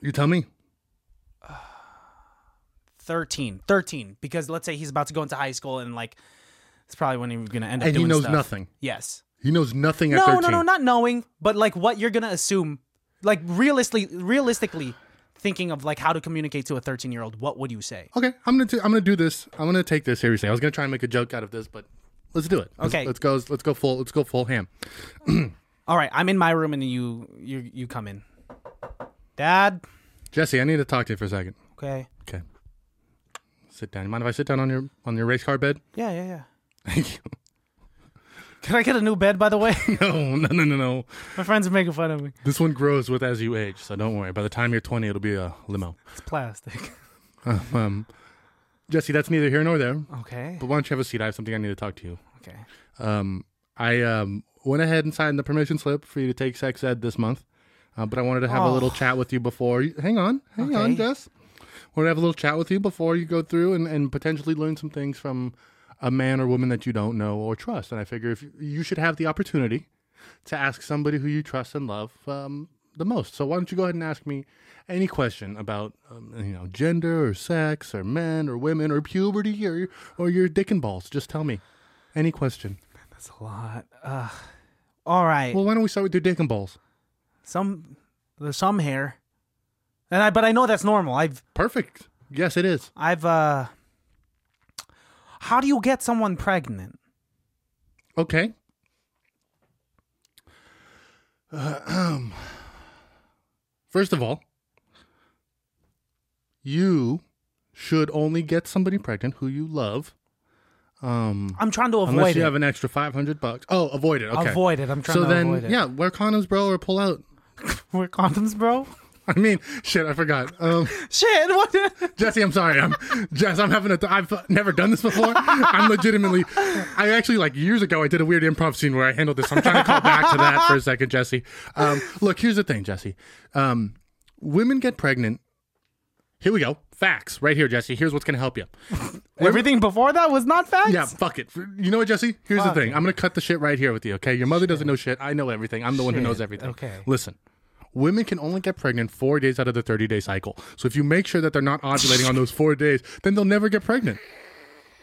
Speaker 2: You tell me.
Speaker 1: 13 13 because let's say he's about to go into high school and like it's probably when you're gonna end up
Speaker 2: And he
Speaker 1: doing
Speaker 2: knows
Speaker 1: stuff.
Speaker 2: nothing.
Speaker 1: yes
Speaker 2: He knows nothing at
Speaker 1: no
Speaker 2: 13.
Speaker 1: no no not knowing but like what you're gonna assume like realistically realistically thinking of like how to communicate to a 13 year old what would you say
Speaker 2: Okay, I'm gonna do, I'm gonna do this. I'm gonna take this seriously. I was gonna try and make a joke out of this, but let's do it. Let's-
Speaker 1: Okay.
Speaker 2: let's go. Let's go full. Let's go full ham.
Speaker 1: all right i'm in my room and you you you come in dad
Speaker 2: Jesse, I need to talk to you for a second.
Speaker 1: okay
Speaker 2: Okay. Sit down. You mind if I sit down on your on your race car bed?
Speaker 1: yeah yeah yeah
Speaker 2: Thank you.
Speaker 1: can i get a new bed by the way
Speaker 2: No, no, no, no, no.
Speaker 1: my friends are making fun of me
Speaker 2: This one grows with as you age, so don't worry. By the time you're 20, it'll be a limo.
Speaker 1: it's plastic
Speaker 2: Um, Jesse, that's neither here nor there.
Speaker 1: okay
Speaker 2: But why don't you have a seat? I have something I need to talk to you.
Speaker 1: okay
Speaker 2: Um, I um, went ahead and signed the permission slip for you to take sex ed this month, uh, but I wanted to have a
Speaker 1: Oh.
Speaker 2: little chat with you before. You, hang on, hang on,
Speaker 1: Okay.
Speaker 2: Jess. Wanted to have a little chat with you before you go through and, and potentially learn some things from a man or woman that you don't know or trust. And I figure if you, you should have the opportunity to ask somebody who you trust and love um, the most. So why don't you go ahead and ask me any question about um, you know gender or sex or men or women or puberty or or your dick and balls. Just tell me any question.
Speaker 1: that's a lot Ugh. all right
Speaker 2: Well, why don't we start with your dick and balls?
Speaker 1: some there's some hair and i but i know that's normal i've
Speaker 2: Perfect. Yes, it is.
Speaker 1: i've uh how do you get someone pregnant
Speaker 2: Okay. First of all, you should only get somebody pregnant who you love. Um,
Speaker 1: I'm trying to
Speaker 2: unless
Speaker 1: avoid
Speaker 2: you
Speaker 1: it.
Speaker 2: have an extra five hundred bucks. Oh, avoid it. Okay.
Speaker 1: Avoid it. I'm trying
Speaker 2: So
Speaker 1: to
Speaker 2: then,
Speaker 1: avoid it.
Speaker 2: yeah, wear condoms, bro, or pull out.
Speaker 1: Wear condoms, bro.
Speaker 2: I mean, shit, I forgot. Um,
Speaker 1: Shit. What? the-
Speaker 2: Jesse, I'm sorry. I'm Jess. I'm having a. Th- I've never done this before. I'm legitimately. I actually like years ago. I did a weird improv scene where I handled this. I'm trying to call back to that for a second, Jesse. Um, look, here's the thing, Jesse. Um, women get pregnant. Here we go. Facts right here, Jesse. Here's what's gonna help you.
Speaker 1: Everything before that was not facts.
Speaker 2: Yeah, fuck it. You know what, Jesse? Here's the thing. I'm gonna cut the shit right here with you. Okay, your mother doesn't know shit. I know everything. I'm the one who knows
Speaker 1: Shit.
Speaker 2: everything.
Speaker 1: Okay.
Speaker 2: Listen. Women can only get pregnant four days out of the 30 day cycle. So if you make sure that they're not ovulating on those four days, then they'll never get pregnant.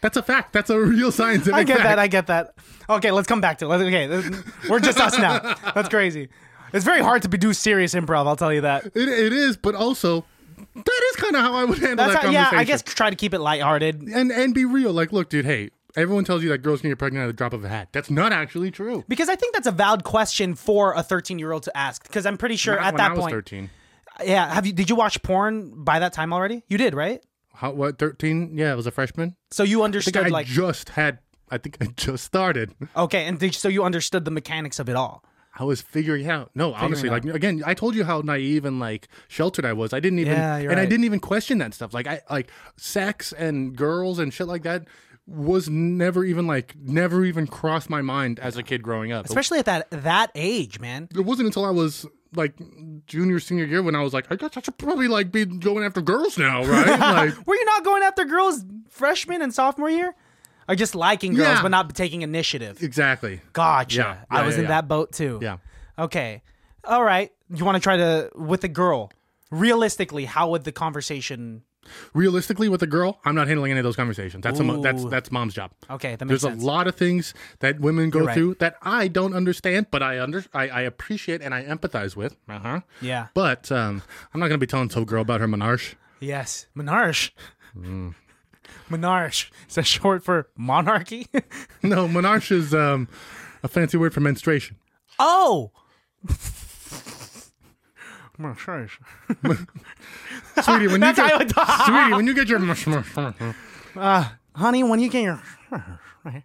Speaker 2: That's a fact. That's a real scientific
Speaker 1: I get
Speaker 2: fact.
Speaker 1: that. I get that. Okay, let's come back to it. Let's- Okay, this- we're just us now. That's crazy. It's very hard to do serious improv. I'll tell you that.
Speaker 2: It, it is, but also, that is kind of how I would handle
Speaker 1: That's
Speaker 2: that
Speaker 1: how, yeah.
Speaker 2: conversation.
Speaker 1: I guess try to keep it lighthearted
Speaker 2: And, and be real. Like, look, dude, hey, everyone tells you that girls can get pregnant at the drop of a hat. That's not actually true.
Speaker 1: because I think that's a valid question for a 13 year old to ask. Because I'm pretty sure
Speaker 2: Not
Speaker 1: at
Speaker 2: when
Speaker 1: that
Speaker 2: I was
Speaker 1: point,
Speaker 2: 13.
Speaker 1: yeah. Have you? Did you watch porn by that time already? You did, right?
Speaker 2: How, what, 13? Yeah, I was a freshman.
Speaker 1: So you
Speaker 2: I
Speaker 1: understood
Speaker 2: think I
Speaker 1: like
Speaker 2: just had. I think I just started.
Speaker 1: okay, and did, so you understood the mechanics of it all.
Speaker 2: I was figuring out. No, honestly, like again, I told you how naive and like sheltered I was. I didn't even,
Speaker 1: Yeah,
Speaker 2: and
Speaker 1: you're
Speaker 2: I
Speaker 1: right.
Speaker 2: didn't even question that stuff. Like I, like sex and girls and shit like that was never even like never even crossed my mind as a kid growing up.
Speaker 1: especially at that that age, man.
Speaker 2: it wasn't until I was like junior senior year when I was like, I guess I should probably like be going after girls now, right? like.
Speaker 1: Were you not going after girls freshman and sophomore year? Or just liking girls
Speaker 2: Yeah.
Speaker 1: but not taking initiative?
Speaker 2: Exactly.
Speaker 1: Gotcha.
Speaker 2: Yeah,
Speaker 1: I
Speaker 2: yeah,
Speaker 1: was
Speaker 2: yeah,
Speaker 1: in
Speaker 2: yeah.
Speaker 1: that boat too.
Speaker 2: Yeah.
Speaker 1: Okay. All right. You want to try to with a girl? Realistically, how would the conversation?
Speaker 2: Realistically, with a girl, I'm not handling any of those conversations. That's a mo- that's
Speaker 1: Ooh.
Speaker 2: that's mom's job.
Speaker 1: Okay, that
Speaker 2: There's
Speaker 1: makes sense.
Speaker 2: a lot of things that women go
Speaker 1: right.
Speaker 2: through that I don't understand, but I under I, I appreciate and I empathize with. Uh huh.
Speaker 1: Yeah.
Speaker 2: But um, I'm not gonna be telling some girl about her menarche.
Speaker 1: Yes, Menarche. Menarche. Is that short for monarchy?
Speaker 2: No, menarche is um, a fancy word for menstruation.
Speaker 1: oh. Menarche.
Speaker 2: Sweetie, when you
Speaker 1: That's how I
Speaker 2: get
Speaker 1: would talk.
Speaker 2: sweetie, when you get your menarche-
Speaker 1: Honey, when you get your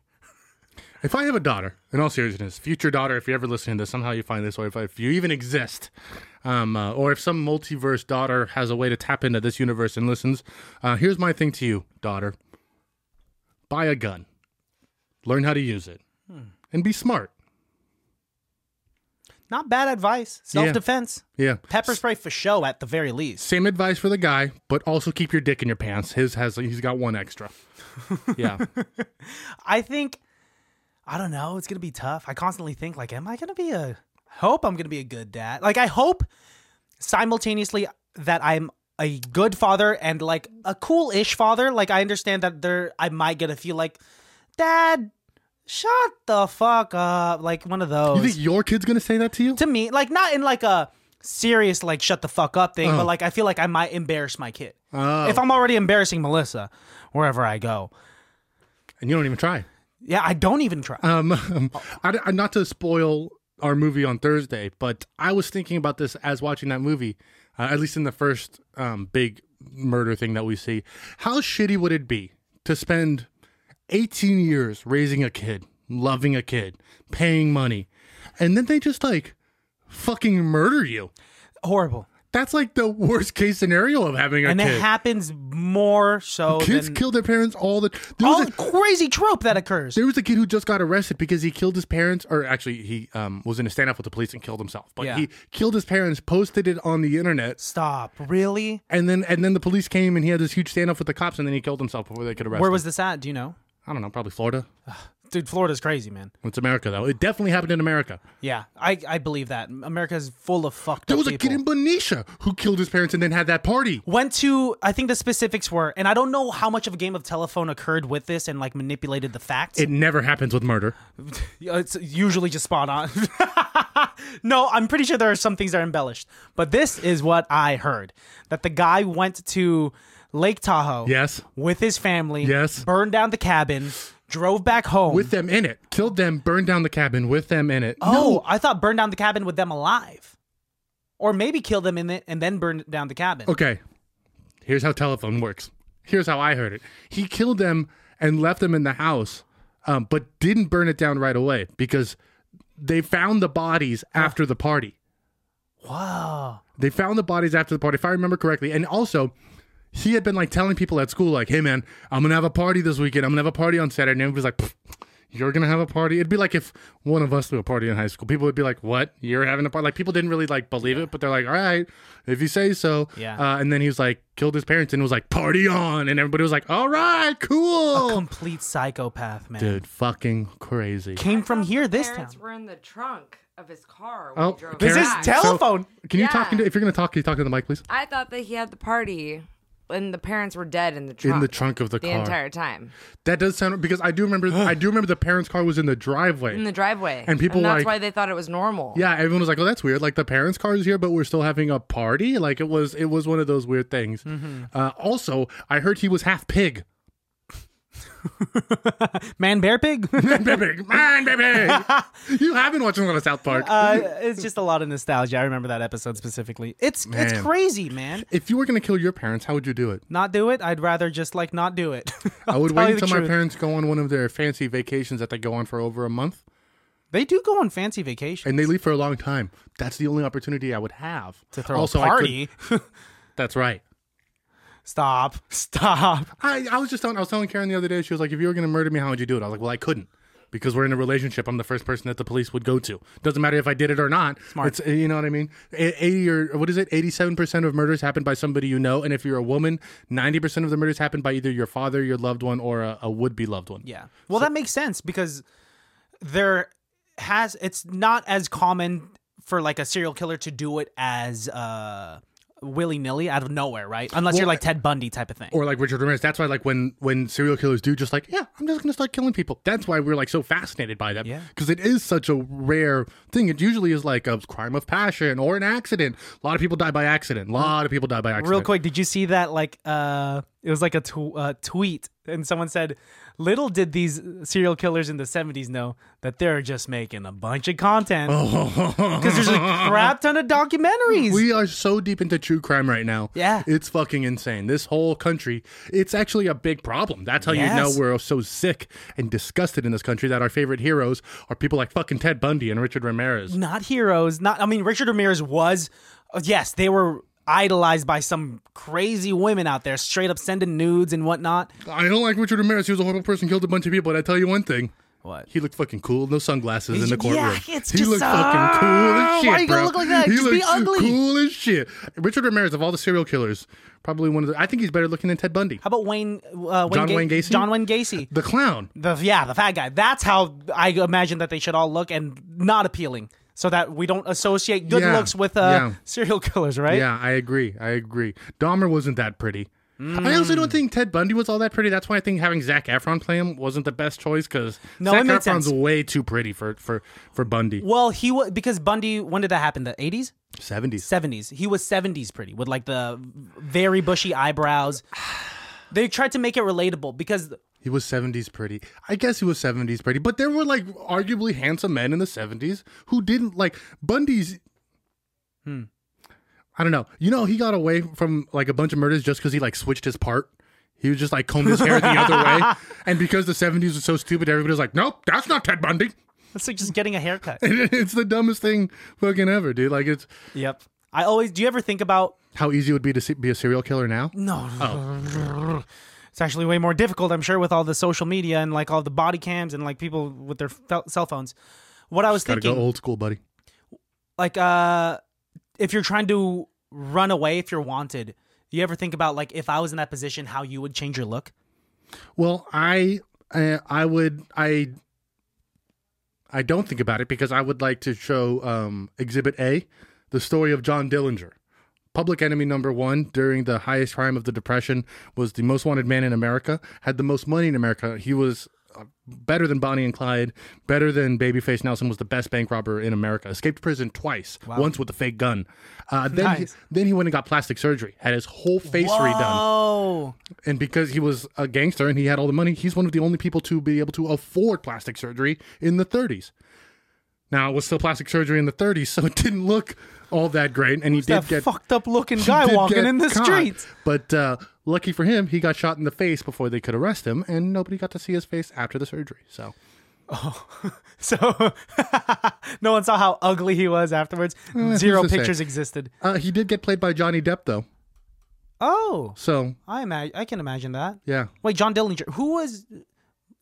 Speaker 2: if I have a daughter, in all seriousness, future daughter, if you're ever listening to this, somehow you find this, or if, if you even exist, um, uh, or if some multiverse daughter has a way to tap into this universe and listens, uh, here's my thing to you, daughter: buy a gun, learn how to use it, and be smart.
Speaker 1: not bad advice. Self defense.
Speaker 2: Yeah.
Speaker 1: Pepper spray for show at the very least.
Speaker 2: Same advice for the guy, but also keep your dick in your pants. His has he's got one extra. Yeah.
Speaker 1: I think I don't know, it's gonna be tough. I constantly think like, am I gonna be a hope I'm gonna be a good dad? Like I hope simultaneously that I'm a good father and like a cool-ish father. Like I understand that there I might get a feel like, Dad, shut the fuck up. Like one of those
Speaker 2: you think your kid's gonna say that to you?
Speaker 1: to me, like not in like a serious like shut the fuck up thing, but like I feel like I might embarrass my kid.
Speaker 2: Uh-huh. Oh.
Speaker 1: If I'm already embarrassing Melissa wherever I go.
Speaker 2: And you don't even try.
Speaker 1: Yeah, I don't even try.
Speaker 2: Um, I, I- not to spoil our movie on Thursday, but I was thinking about this as watching that movie, uh, at least in the first um, big murder thing that we see. How shitty would it be to spend 18 years raising a kid, loving a kid, paying money, and then they just like fucking murder you?
Speaker 1: Horrible.
Speaker 2: That's like the worst case scenario of having a
Speaker 1: And
Speaker 2: kid.
Speaker 1: it happens more so
Speaker 2: Kids
Speaker 1: than
Speaker 2: kill their parents all the. There was
Speaker 1: all
Speaker 2: a-
Speaker 1: the crazy trope that occurs.
Speaker 2: There was a kid who just got arrested because he killed his parents, or actually, he um, was in a standoff with the police and killed himself. But
Speaker 1: Yeah.
Speaker 2: he killed his parents, posted it on the internet,
Speaker 1: Stop. Really?
Speaker 2: and then and then the police came and he had this huge standoff with the cops, and then he killed himself before they could arrest
Speaker 1: Where
Speaker 2: him.
Speaker 1: was this at? Do you know?
Speaker 2: I don't know, probably Florida.
Speaker 1: Dude, Florida's crazy, man.
Speaker 2: It's America though. It definitely happened in America.
Speaker 1: Yeah, I, I believe that. America's full of fucked
Speaker 2: There
Speaker 1: up
Speaker 2: was a
Speaker 1: people.
Speaker 2: kid in Benicia who killed his parents and then had that party.
Speaker 1: Went to, I think the specifics were, and I don't know how much of a game of telephone occurred with this and like manipulated the facts.
Speaker 2: It never happens with murder.
Speaker 1: Yeah, It's usually just spot on. no, I'm pretty sure there are some things that are embellished, but this is what I heard: that the guy went to Lake Tahoe,
Speaker 2: Yes.
Speaker 1: with his family,
Speaker 2: Yes.
Speaker 1: burned down the cabin, drove back home.
Speaker 2: With them in it, killed them, burned down the cabin with them in it.
Speaker 1: Mm. oh, I thought burned down the cabin with them alive, or maybe kill them in it and then burn down the cabin.
Speaker 2: Okay. Here's how telephone works. Here's how I heard it. He killed them and left them in the house, um, but didn't burn it down right away because they found the bodies after the party.
Speaker 1: Wow.
Speaker 2: They found the bodies after the party, if I remember correctly. And also, he had been like telling people at school, like, "Hey, man, I'm gonna have a party this weekend. I'm gonna have a party on Saturday." And everybody's like, "Pfft, "You're gonna have a party?" It'd be like if one of us threw a party in high school. People would be like, "What? You're having a party?" Like people didn't really like believe it, but they're like, "All right, if you say so."
Speaker 1: Yeah.
Speaker 2: Uh, and then he was like, killed his parents, and was like, "Party on!" And everybody was like, "All right, cool."
Speaker 1: Complete psychopath, man.
Speaker 2: Dude, fucking crazy.
Speaker 1: Came from
Speaker 4: His
Speaker 1: here this time.
Speaker 4: parents were in the trunk of his car. When
Speaker 2: Oh,
Speaker 4: he drove
Speaker 2: Karen-
Speaker 1: This is
Speaker 4: back.
Speaker 2: tell-
Speaker 1: telephone.
Speaker 2: Can you talk
Speaker 4: Yeah.
Speaker 2: into if you're gonna talk? Can you talk to the mic, please?
Speaker 4: I thought that he had the party, and the parents were dead in the trunk.
Speaker 2: In the trunk of the,
Speaker 4: the
Speaker 2: car.
Speaker 4: entire time
Speaker 2: that does sound because I do remember. I do remember the parents' car was in the driveway.
Speaker 4: in the driveway,
Speaker 2: And people
Speaker 4: that's
Speaker 2: like-
Speaker 4: why they thought it was normal.
Speaker 2: Yeah, everyone was like, "Oh, that's weird." Like the parents' car is here, but we're still having a party. Like it was, it was one of those weird things.
Speaker 1: Mm-hmm.
Speaker 2: Uh, also, I heard he was half pig.
Speaker 1: Man, bear pig.
Speaker 2: Man, baby, man, baby. you have been watching a lot of South Park.
Speaker 1: uh, it's just a lot of nostalgia. I remember that episode specifically. It's it's
Speaker 2: Man.
Speaker 1: crazy, man.
Speaker 2: if you were gonna kill your parents, how would you do it?
Speaker 1: Not do it. I'd rather just like not do it.
Speaker 2: I would
Speaker 1: I'll tell
Speaker 2: wait
Speaker 1: you the
Speaker 2: until my
Speaker 1: truth.
Speaker 2: parents go on one of their fancy vacations that they go on for over a month,
Speaker 1: They do go on fancy vacations.
Speaker 2: and they leave for a long time. That's the only opportunity I would have
Speaker 1: to throw
Speaker 2: Also,
Speaker 1: a
Speaker 2: I could-
Speaker 1: party.
Speaker 2: that's right.
Speaker 1: stop. Stop.
Speaker 2: I, I was just telling, I was telling Karen the other day, she was like, if you were going to murder me, how would you do it? I was like, well, I couldn't because we're in a relationship. I'm the first person that the police would go to. Doesn't matter if I did it or not. Smart. It's, you know what I mean? A- 80 or what is it? 87% of murders happen by somebody you know. And if you're a woman, 90% of the murders happen by either your father, your loved one, or a, a would be loved one.
Speaker 1: Yeah. Well, that makes sense because there has it's not as common for like a serial killer to do it as uh willy nilly out of nowhere, right? Unless you're like Ted Bundy type of thing.
Speaker 2: Or like Richard Ramirez. That's why, like, when when serial killers do just like, yeah, I'm just gonna start killing people. That's why we're like so fascinated by them.
Speaker 1: Yeah.
Speaker 2: Because it is such a rare thing. It usually is like a crime of passion or an accident. A lot of people die by accident. A lot of people die by accident.
Speaker 1: Real quick, did you see that? Like, uh, it was like a tw- uh, tweet, and someone said, "Little did these serial killers in the '70s know that they're just making a bunch of content
Speaker 2: Oh.
Speaker 1: because there's a crap ton of documentaries."
Speaker 2: We are so deep into true crime right now.
Speaker 1: Yeah.
Speaker 2: It's fucking insane. This whole country, it's actually a big problem. That's how you
Speaker 1: Yes.
Speaker 2: know we're so sick and disgusted in this country that our favorite heroes are people like fucking Ted Bundy and Richard Ramirez.
Speaker 1: not heroes. Not. I mean, Richard Ramirez was. uh, Yes, they were idolized by some crazy women out there, straight up sending nudes and whatnot.
Speaker 2: I don't like Richard Ramirez. He was a horrible person, killed a bunch of people, but I tell you one thing.
Speaker 1: What?
Speaker 2: He looked fucking cool. No sunglasses in the
Speaker 1: Yeah,
Speaker 2: courtroom.
Speaker 1: it's
Speaker 2: he
Speaker 1: just-
Speaker 2: looked fucking cool
Speaker 1: Ah,
Speaker 2: as shit,
Speaker 1: why you
Speaker 2: bro.
Speaker 1: gotta look like that?
Speaker 2: He
Speaker 1: Just be
Speaker 2: looked
Speaker 1: ugly.
Speaker 2: cool as shit. Richard Ramirez, of all the serial killers, probably one of the. I think he's better looking than Ted Bundy.
Speaker 1: How about Wayne? Uh, Wayne
Speaker 2: John
Speaker 1: Ga-
Speaker 2: Wayne Gacy?
Speaker 1: John Wayne Gacy.
Speaker 2: The clown.
Speaker 1: The yeah, the fat guy. That's how I imagine that they should all look and not appealing, so that we don't associate good
Speaker 2: Yeah,
Speaker 1: looks with uh,
Speaker 2: yeah.
Speaker 1: serial killers, right?
Speaker 2: Yeah, I agree. I agree. Dahmer wasn't that pretty. I also
Speaker 1: Hmm.
Speaker 2: don't think Ted Bundy was all that pretty. That's why I think having Zach Efron play him wasn't the best choice because
Speaker 1: No,
Speaker 2: Zac
Speaker 1: it made
Speaker 2: Efron's
Speaker 1: sense.
Speaker 2: way too pretty for for for Bundy.
Speaker 1: Well, he was because Bundy. When did that happen? The eighties,
Speaker 2: Seventies.
Speaker 1: seventies. He was seventies pretty with like the very bushy eyebrows. They tried to make it relatable because
Speaker 2: He was seventies pretty. I guess he was seventies pretty, but there were like arguably handsome men in the seventies who didn't like Bundy's. I don't know. You know, he got away from like a bunch of murders just because he like switched his part. He was just like combed his hair the other way, and because the seventies was so stupid, everybody was like, "Nope, that's not Ted Bundy."
Speaker 1: it's like just getting a haircut.
Speaker 2: it's the dumbest thing fucking ever, dude. Like it's
Speaker 1: yep. I always. Do you ever think about
Speaker 2: how easy it would be to se- be a serial killer now.
Speaker 1: No. Oh. It's actually way more difficult, I'm sure, with all the social media and like all the body cams and like people with their fel- cell phones. What I was
Speaker 2: Gotta
Speaker 1: thinking,
Speaker 2: go old school, buddy.
Speaker 1: like, uh, if you're trying to run away, if you're wanted, you ever think about like if I was in that position, how you would change your look?
Speaker 2: Well, I uh, I would I I don't think about it because I would like to show um, Exhibit A, the story of John Dillinger. Public enemy number one during the highest crime of the Depression was the most wanted man in America, had the most money in America. He was uh, better than Bonnie and Clyde, better than Babyface Nelson, was the best bank robber in America. Escaped prison twice, once with a fake gun. Uh, then, he,
Speaker 1: Nice.
Speaker 2: then he went and got plastic surgery, had his whole face redone
Speaker 1: Oh,
Speaker 2: and because he was a gangster and he had all the money, he's one of the only people to be able to afford plastic surgery in the 30s. Now it was still plastic surgery in the 30s, so it didn't look all that great, and he did
Speaker 1: that
Speaker 2: get
Speaker 1: fucked up looking
Speaker 2: he
Speaker 1: guy
Speaker 2: did
Speaker 1: walking
Speaker 2: get
Speaker 1: in the
Speaker 2: caught.
Speaker 1: streets.
Speaker 2: But uh, lucky for him, he got shot in the face before they could arrest him, and nobody got to see his face after the surgery. So
Speaker 1: So no one saw how ugly he was afterwards. Zero
Speaker 2: to say?
Speaker 1: pictures existed.
Speaker 2: uh, he did get played by Johnny Depp, though.
Speaker 1: Oh,
Speaker 2: So
Speaker 1: I imagine I can imagine that.
Speaker 2: yeah,
Speaker 1: Wait, John Dillinger, who was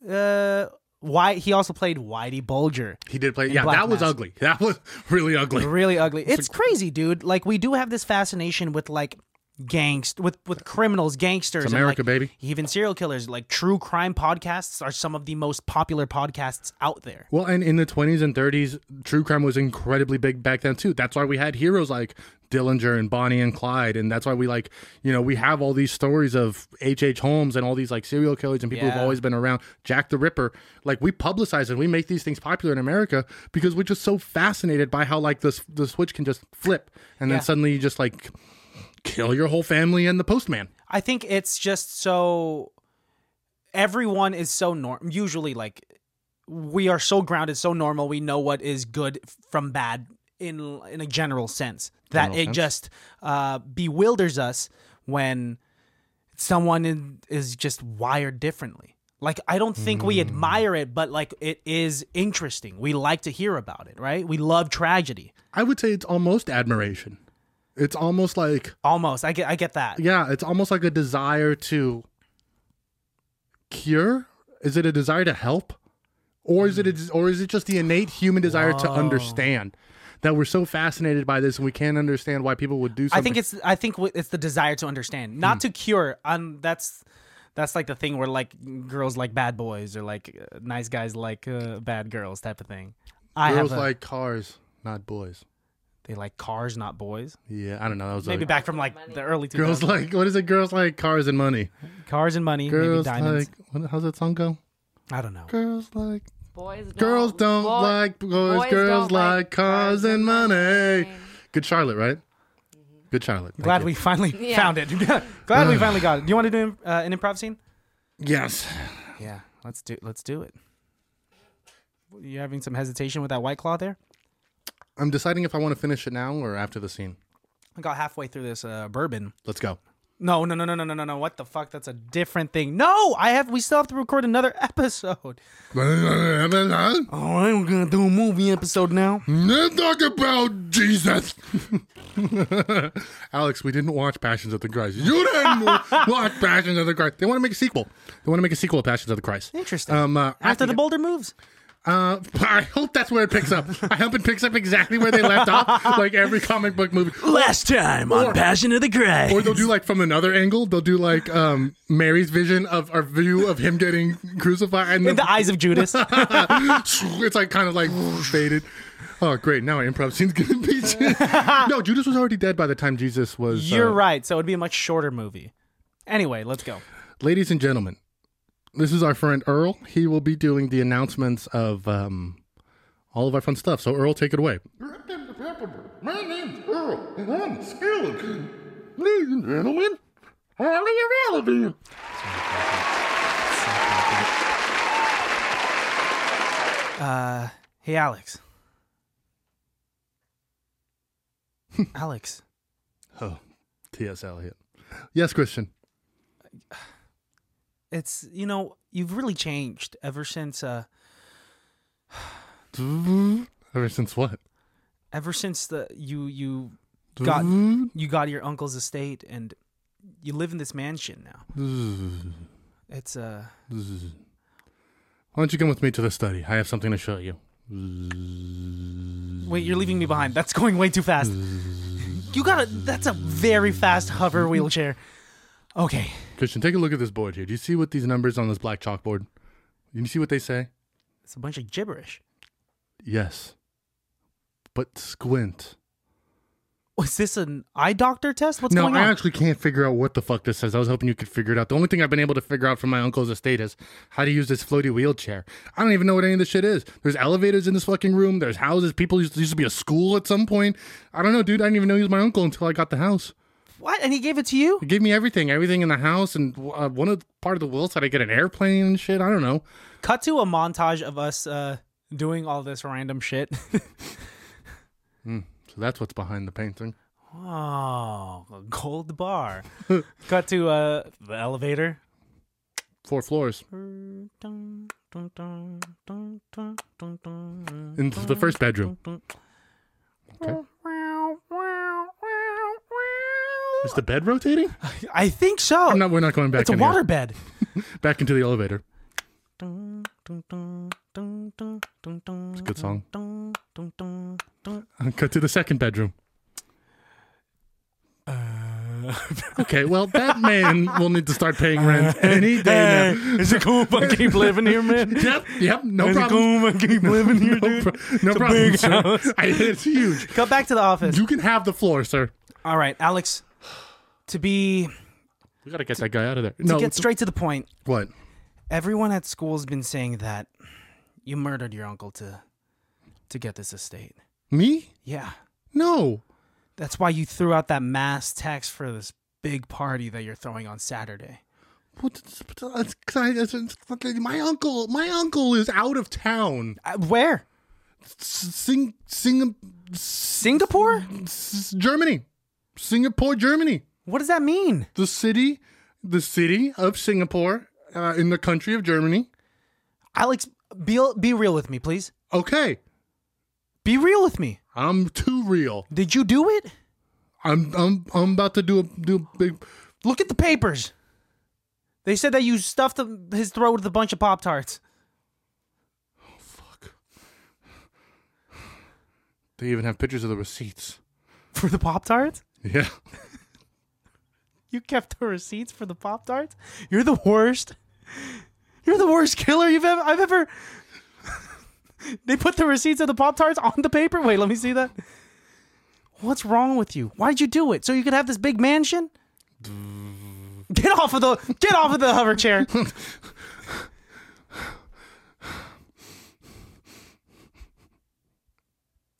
Speaker 1: uh why he also played Whitey Bulger.
Speaker 2: he did play. Yeah,
Speaker 1: Black
Speaker 2: that was
Speaker 1: Mask.
Speaker 2: ugly. That was really ugly.
Speaker 1: Really ugly. It's crazy, dude. Like we do have this fascination with like gangst with with criminals, gangsters,
Speaker 2: It's
Speaker 1: and,
Speaker 2: America,
Speaker 1: like,
Speaker 2: baby.
Speaker 1: Even serial killers. Like true crime podcasts are some of the most popular podcasts out there.
Speaker 2: Well, and in the 20s and 30s, true crime was incredibly big back then too. That's why we had heroes like Dillinger and Bonnie and Clyde, and that's why we like, you know, we have all these stories of H.H. H. Holmes and all these like serial killers and people who've
Speaker 1: Yeah.
Speaker 2: always been around, Jack the Ripper. Like we publicize and we make these things popular in America because we're just so fascinated by how like this the switch can just flip and then
Speaker 1: Yeah.
Speaker 2: suddenly you just like kill your whole family and the postman.
Speaker 1: I think it's just so everyone is so norm usually like we are so grounded so normal we know what is good f- from bad in in a general sense that
Speaker 2: General
Speaker 1: it
Speaker 2: sense.
Speaker 1: just uh bewilders us when someone in, is just wired differently like i don't think
Speaker 2: Hmm.
Speaker 1: we admire it but like it is interesting we like to hear about it right we love tragedy
Speaker 2: I would say it's almost admiration. It's almost like
Speaker 1: almost i get i get that
Speaker 2: yeah, it's almost like a desire to cure. Is it a desire to help, or is it a, or is it just the innate human desire to understand that we're so fascinated by this and we can't understand why people would do something?
Speaker 1: I think it's I think w- it's the desire to understand,
Speaker 2: Hmm.
Speaker 1: not to cure. Um, that's that's like the thing where like girls like bad boys or like uh, nice guys like uh, bad girls type of thing. I
Speaker 2: girls
Speaker 1: have a-
Speaker 2: like cars, not boys.
Speaker 1: they like cars, not boys.
Speaker 2: Yeah, I don't know. That was
Speaker 1: Maybe
Speaker 2: like,
Speaker 1: back from like the early 2000s.
Speaker 2: girls like what is it? Girls like cars and money.
Speaker 1: cars and money, maybe
Speaker 2: Girls
Speaker 1: diamonds.
Speaker 2: like what, how's that song go?
Speaker 1: I don't know.
Speaker 2: Girls like
Speaker 4: Boys don't,
Speaker 1: Oh,
Speaker 2: girls don't
Speaker 4: boy-
Speaker 2: like boys.
Speaker 4: boys
Speaker 2: girls
Speaker 4: don't like
Speaker 2: like cars and money. Good Charlotte, right? Good Charlotte. Thank
Speaker 1: Glad
Speaker 2: you.
Speaker 1: we finally
Speaker 4: Yeah.
Speaker 1: found it. Glad we finally got it. Do you want to do uh, an improv scene?
Speaker 2: Yes.
Speaker 1: Yeah, let's do let's do it. You having some hesitation with that white claw there?
Speaker 2: I'm deciding if I want to finish it now or after the scene.
Speaker 1: I got halfway through this uh, bourbon.
Speaker 2: Let's go.
Speaker 1: No, no, no, no, no, no, no, no. What the fuck? That's a different thing. No, I have. We still have to record another episode.
Speaker 2: Let's
Speaker 1: Oh, I'm gonna do a movie episode now.
Speaker 2: talk about Jesus. Alex, we didn't watch Passions of the Christ. You didn't watch Passions of the Christ. They want to make a sequel. They want to make a sequel of Passions of the Christ.
Speaker 1: Interesting.
Speaker 2: Um, uh,
Speaker 1: After
Speaker 2: I
Speaker 1: the
Speaker 2: think-
Speaker 1: boulder moves.
Speaker 2: uh, I hope that's where it picks up. I hope it picks up exactly where they left off, like every comic book movie.
Speaker 1: Last time on Passion of the Christ.
Speaker 2: Or they'll do like from another angle. They'll do like um, Mary's vision of our view of him getting crucified, and
Speaker 1: In
Speaker 2: then
Speaker 1: the eyes of Judas.
Speaker 2: it's like kind of like faded. Oh, great! Now my improv scene's gonna be. no, Judas was already dead by the time Jesus was. uh,
Speaker 1: You're right. So it'd be a much shorter movie. Anyway, let's go.
Speaker 2: Ladies and gentlemen, this is our friend Earl. He will be doing the announcements of um, all of our fun stuff. So Earl, take it away.
Speaker 5: My name's Earl, and I'm a skeleton. Ladies and gentlemen, highly irrelevant.
Speaker 1: Hey, Alex. Alex,
Speaker 2: Oh, T.S. Eliot. Yes, Christian.
Speaker 1: it's you know you've really changed ever since uh
Speaker 2: Ever since what?
Speaker 1: ever since the you you got you got your uncle's estate and you live in this mansion now. It's uh
Speaker 2: Why don't you come with me to the study? I have something to show you.
Speaker 1: wait, you're leaving me behind. That's going way too fast. You got to that's a very fast hover wheelchair. Okay.
Speaker 2: Christian, take a look at this board here. Do you see what these numbers on this black chalkboard? Do you see what they say?
Speaker 1: It's a bunch of gibberish.
Speaker 2: Yes. But squint.
Speaker 1: Was this an eye doctor test? What's
Speaker 2: no,
Speaker 1: going on?
Speaker 2: I actually can't figure out what the fuck this says. I was hoping you could figure it out. The only thing I've been able to figure out from my uncle's estate is how to use this floaty wheelchair. I don't even know what any of this shit is. There's elevators in this fucking room. There's houses. People used, there used to be a school at some point. I don't know, dude. I didn't even know he was my uncle until I got the house.
Speaker 1: what? And he gave it to you?
Speaker 2: He gave me everything, everything in the house, and uh, one of part of the will said I get an airplane and shit. I don't know.
Speaker 1: Cut to a montage of us uh doing all this random shit.
Speaker 2: So that's what's behind the painting.
Speaker 1: oh, a gold bar. Cut to uh, the elevator.
Speaker 2: Four floors.
Speaker 1: Into
Speaker 2: In the first bedroom. Okay. Is the bed rotating?
Speaker 1: I think so.
Speaker 2: No, we're not going back.
Speaker 1: it's a
Speaker 2: in here.
Speaker 1: waterbed.
Speaker 2: Back into the elevator.
Speaker 1: It's a
Speaker 2: good song.
Speaker 1: song.
Speaker 2: Go to the second bedroom. Uh, okay, well, that man will need to start paying rent any day now.
Speaker 1: Is it cool if I keep living here, man?
Speaker 2: Yep, yep, no
Speaker 1: Is it
Speaker 2: problem.
Speaker 1: cool if I keep living here,
Speaker 2: No,
Speaker 1: dude?
Speaker 2: pro- no
Speaker 1: It's a
Speaker 2: problem,
Speaker 1: big
Speaker 2: sir.
Speaker 1: house.
Speaker 2: I, it's huge.
Speaker 1: Go back to the office.
Speaker 2: You can have the floor, sir.
Speaker 1: All right, Alex. To be to
Speaker 2: We gotta get that guy out of there. No,
Speaker 1: get straight to the point,
Speaker 2: what?
Speaker 1: everyone at school's been saying that you murdered your uncle to to get this estate.
Speaker 2: Me?
Speaker 1: Yeah.
Speaker 2: No.
Speaker 1: That's why you threw out that mass text for this big party that you're throwing on Saturday.
Speaker 2: What- it's- it's- it's- it's- it's- My uncle, my uncle is out of town.
Speaker 1: Uh, where?
Speaker 2: Sing, sing, s-
Speaker 1: Singapore?
Speaker 2: s- Germany, Singapore, Germany.
Speaker 1: What does that mean?
Speaker 2: the city, the city of Singapore, uh, in the country of Germany.
Speaker 1: Alex, be be real with me, please.
Speaker 2: Okay,
Speaker 1: Be real with me.
Speaker 2: I'm too real.
Speaker 1: Did you do it?
Speaker 2: I'm I'm I'm about to do a do a big.
Speaker 1: Look at the papers. They said that you stuffed him- his throat with a bunch of Pop Tarts.
Speaker 2: They even have pictures of the receipts.
Speaker 1: For the Pop Tarts?
Speaker 2: Yeah,
Speaker 1: You kept the receipts for the Pop Tarts? You're the worst. You're the worst killer you've ever I've ever They put the receipts of the Pop Tarts on the paper? Wait, let me see that. What's wrong with you? Why'd you do it? So you could have this big mansion? Get off of the get off of the hover chair.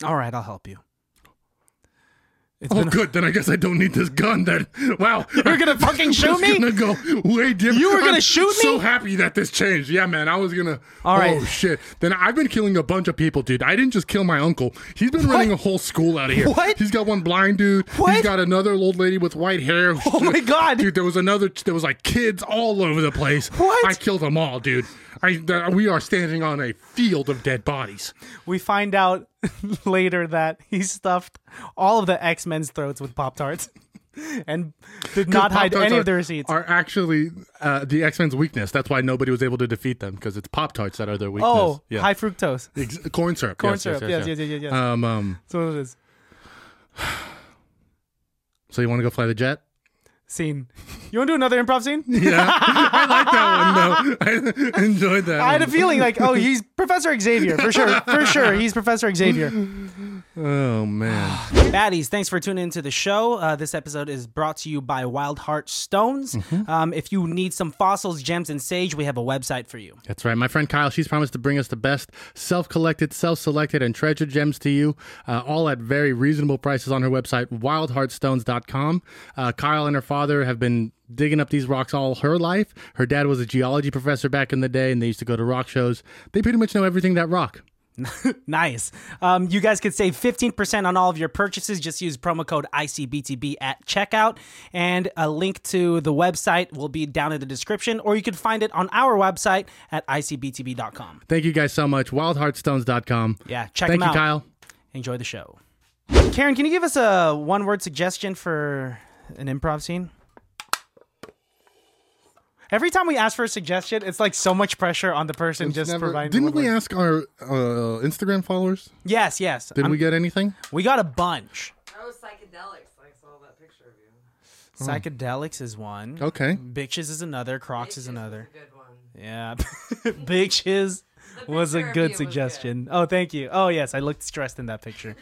Speaker 1: All right, I'll help you. It's
Speaker 2: Oh,
Speaker 1: been-
Speaker 2: good. Then I guess I don't need this gun. Then wow,
Speaker 1: You're gonna fucking shoot
Speaker 2: It's
Speaker 1: me?
Speaker 2: Gonna go way different.
Speaker 1: You were gonna
Speaker 2: I'm
Speaker 1: shoot me?
Speaker 2: So happy that this changed. Yeah, man. I was gonna.
Speaker 1: All right.
Speaker 2: Oh shit. Then I've been killing a bunch of people, dude. I didn't just kill my uncle. He's been running a whole school out of here.
Speaker 1: What?
Speaker 2: He's got one blind dude. He's
Speaker 1: What?
Speaker 2: got another old lady with white hair.
Speaker 1: Oh my God.
Speaker 2: dude. There was another. There was like kids all over the place.
Speaker 1: What?
Speaker 2: I killed them all, dude. I th- we are standing on a field of dead bodies.
Speaker 1: we find out later that he stuffed all of the X Men's throats with Pop Tarts and did not hide
Speaker 2: Pop-Tarts
Speaker 1: any
Speaker 2: are-
Speaker 1: of the receipts.
Speaker 2: Are actually uh, the X Men's weakness. That's why nobody was able to defeat them because it's Pop Tarts that are their weakness.
Speaker 1: oh,
Speaker 2: yeah.
Speaker 1: high fructose.
Speaker 2: Ex- corn syrup.
Speaker 1: Corn
Speaker 2: yes,
Speaker 1: syrup.
Speaker 2: Yes, yes,
Speaker 1: yes, yes, yes.
Speaker 2: Um, um,
Speaker 1: That's what it is.
Speaker 2: so you want to go fly the jet?
Speaker 1: Scene. You want to do another improv scene?
Speaker 2: Yeah, I like that one though. I enjoyed that.
Speaker 1: I had a
Speaker 2: one.
Speaker 1: feeling like, oh, he's Professor Xavier for sure, for sure. He's Professor Xavier.
Speaker 2: oh man,
Speaker 1: Baddies, thanks for tuning into the show. Uh, this episode is brought to you by Wild Heart Stones.
Speaker 2: Mm-hmm.
Speaker 1: Um, if you need some fossils, gems, and sage, we have a website for you.
Speaker 2: that's right. My friend Kyle, she's promised to bring us the best self-collected, self-selected, and treasure gems to you, uh, all at very reasonable prices on her website, wildheartstones.com. Uh, Kyle and her father have been digging up these rocks all her life. Her dad was a geology professor back in the day, and they used to go to rock shows. They pretty much know everything that rock.
Speaker 1: Nice. Um, you guys could save 15% on all of your purchases. Just use promo code ICBTB at checkout. And a link to the website will be down in the description, or you can find it on our website at ICBTB.com.
Speaker 2: Thank you guys so much. Wildheartstones.com.
Speaker 1: Yeah, check
Speaker 2: Thank
Speaker 1: them
Speaker 2: you,
Speaker 1: out.
Speaker 2: Kyle.
Speaker 1: Enjoy the show. Karen, can you give us a one word suggestion for an improv scene? Every time we ask for a suggestion, it's like so much pressure on the person just
Speaker 2: Never-
Speaker 1: providing.
Speaker 2: Didn't
Speaker 1: one
Speaker 2: we
Speaker 1: word.
Speaker 2: ask our uh, Instagram followers?
Speaker 1: Yes, yes.
Speaker 2: Did
Speaker 1: I'm-
Speaker 2: we get anything?
Speaker 1: we got a bunch.
Speaker 4: That was psychedelics. I saw that picture of you.
Speaker 2: Hmm.
Speaker 1: Psychedelics is one.
Speaker 2: Okay.
Speaker 1: Bitches is another. Crocs is another.
Speaker 4: Good one.
Speaker 1: Yeah. Bitches was a
Speaker 4: picture of you
Speaker 1: good
Speaker 4: was
Speaker 1: suggestion. Oh, thank you. Oh, yes. I looked stressed in that picture.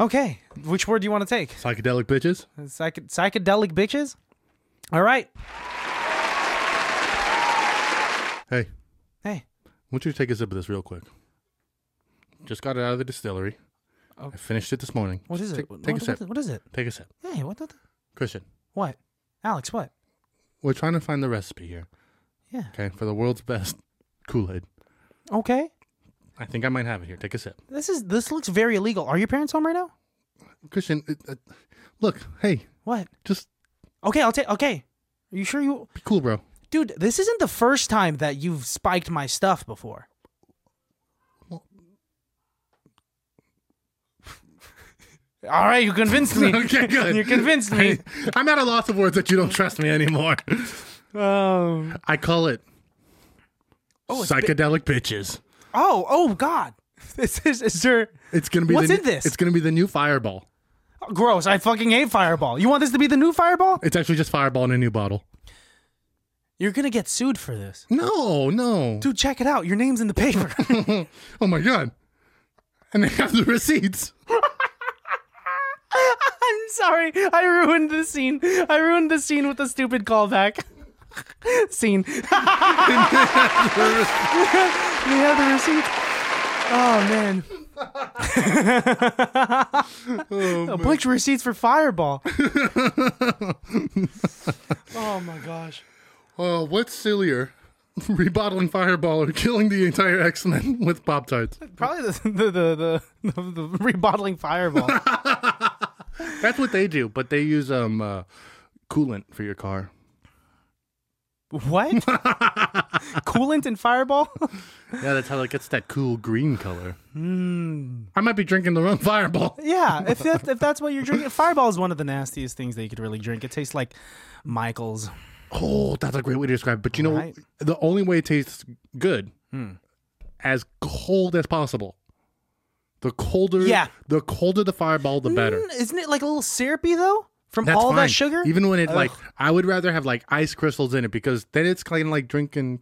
Speaker 1: Okay. Which word do you want to take?
Speaker 2: Psychedelic bitches.
Speaker 1: Psych- psychedelic bitches? All right.
Speaker 2: Hey,
Speaker 1: Hey.
Speaker 2: want you to take a sip of this real quick? Just got it out of the distillery. I finished it this morning.
Speaker 1: What is
Speaker 2: Just
Speaker 1: it?
Speaker 2: Take, take
Speaker 1: What-
Speaker 2: a sip.
Speaker 1: what- what is it?
Speaker 2: Take a sip.
Speaker 1: Hey, what the?
Speaker 2: Christian,
Speaker 1: What? Alex, what?
Speaker 2: we're trying to find the recipe here.
Speaker 1: Yeah.
Speaker 2: Okay, for the world's best Kool Aid.
Speaker 1: Okay.
Speaker 2: I think I might have it here. Take a sip.
Speaker 1: This is this looks very illegal. Are your parents home right now?
Speaker 2: Christian, it, uh, look, hey,
Speaker 1: What?
Speaker 2: just
Speaker 1: Okay, I'll take. Okay, are you sure you,
Speaker 2: be cool, bro.
Speaker 1: dude? This isn't the first time that you've spiked my stuff before. All right, you convinced me.
Speaker 2: Okay, good.
Speaker 1: You convinced me.
Speaker 2: I'm at a loss of words that you don't trust me anymore.
Speaker 1: Um,
Speaker 2: I call it
Speaker 1: oh, it's bi-
Speaker 2: psychedelic bitches.
Speaker 1: oh, oh, God! This is is there?
Speaker 2: It's gonna be
Speaker 1: What's
Speaker 2: the,
Speaker 1: in this?
Speaker 2: It's gonna be the new Fireball.
Speaker 1: Gross! I fucking hate Fireball. You want this to be the new Fireball?
Speaker 2: It's actually just Fireball in a new bottle.
Speaker 1: You're gonna get sued for this,
Speaker 2: No, no.
Speaker 1: dude. Check it out. Your name's in the paper.
Speaker 2: Oh my god. And they have the receipts.
Speaker 1: I'm sorry. I ruined the scene. I ruined the scene with the stupid callback. scene. we have the receipt. Oh man. a bunch of receipts for Fireball. oh my gosh.
Speaker 2: Uh, what's sillier? Rebottling Fireball or killing the entire X Men with Pop Tarts?
Speaker 1: Probably the the, the the the the rebottling Fireball.
Speaker 2: That's what they do, but they use um uh, coolant for your car.
Speaker 1: what? Coolant and Fireball?
Speaker 2: Yeah, that's how it gets that cool green color. Hmm. I might be drinking the wrong Fireball.
Speaker 1: Yeah, if that, if that's what you're drinking, Fireball is one of the nastiest things that you could really drink. It tastes like Michael's.
Speaker 2: Oh, that's a great way to describe. it. But you know,
Speaker 1: Right.
Speaker 2: the only way it tastes good, as cold as possible. The colder,
Speaker 1: Yeah.
Speaker 2: the colder the Fireball, the better.
Speaker 1: Mm, Isn't it like a little syrupy though from
Speaker 2: That's
Speaker 1: all
Speaker 2: fine.
Speaker 1: that sugar?
Speaker 2: Even when it like,
Speaker 1: Ugh.
Speaker 2: I would rather have like ice crystals in it because then it's kind of like drinking.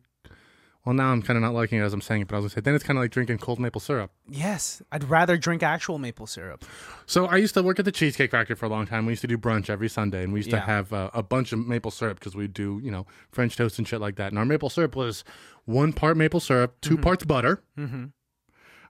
Speaker 2: Well, now I'm kind of not liking it as I'm saying it, but I was gonna say then it's kind of like drinking cold maple syrup.
Speaker 1: yes, I'd rather drink actual maple syrup.
Speaker 2: So I used to work at the Cheesecake Factory for a long time. We used to do brunch every Sunday, and we used to
Speaker 1: Yeah.
Speaker 2: have uh, a bunch of maple syrup because we do you know French toast and shit like that. And our maple syrup was one part maple syrup, 2 parts butter. Mm-hmm.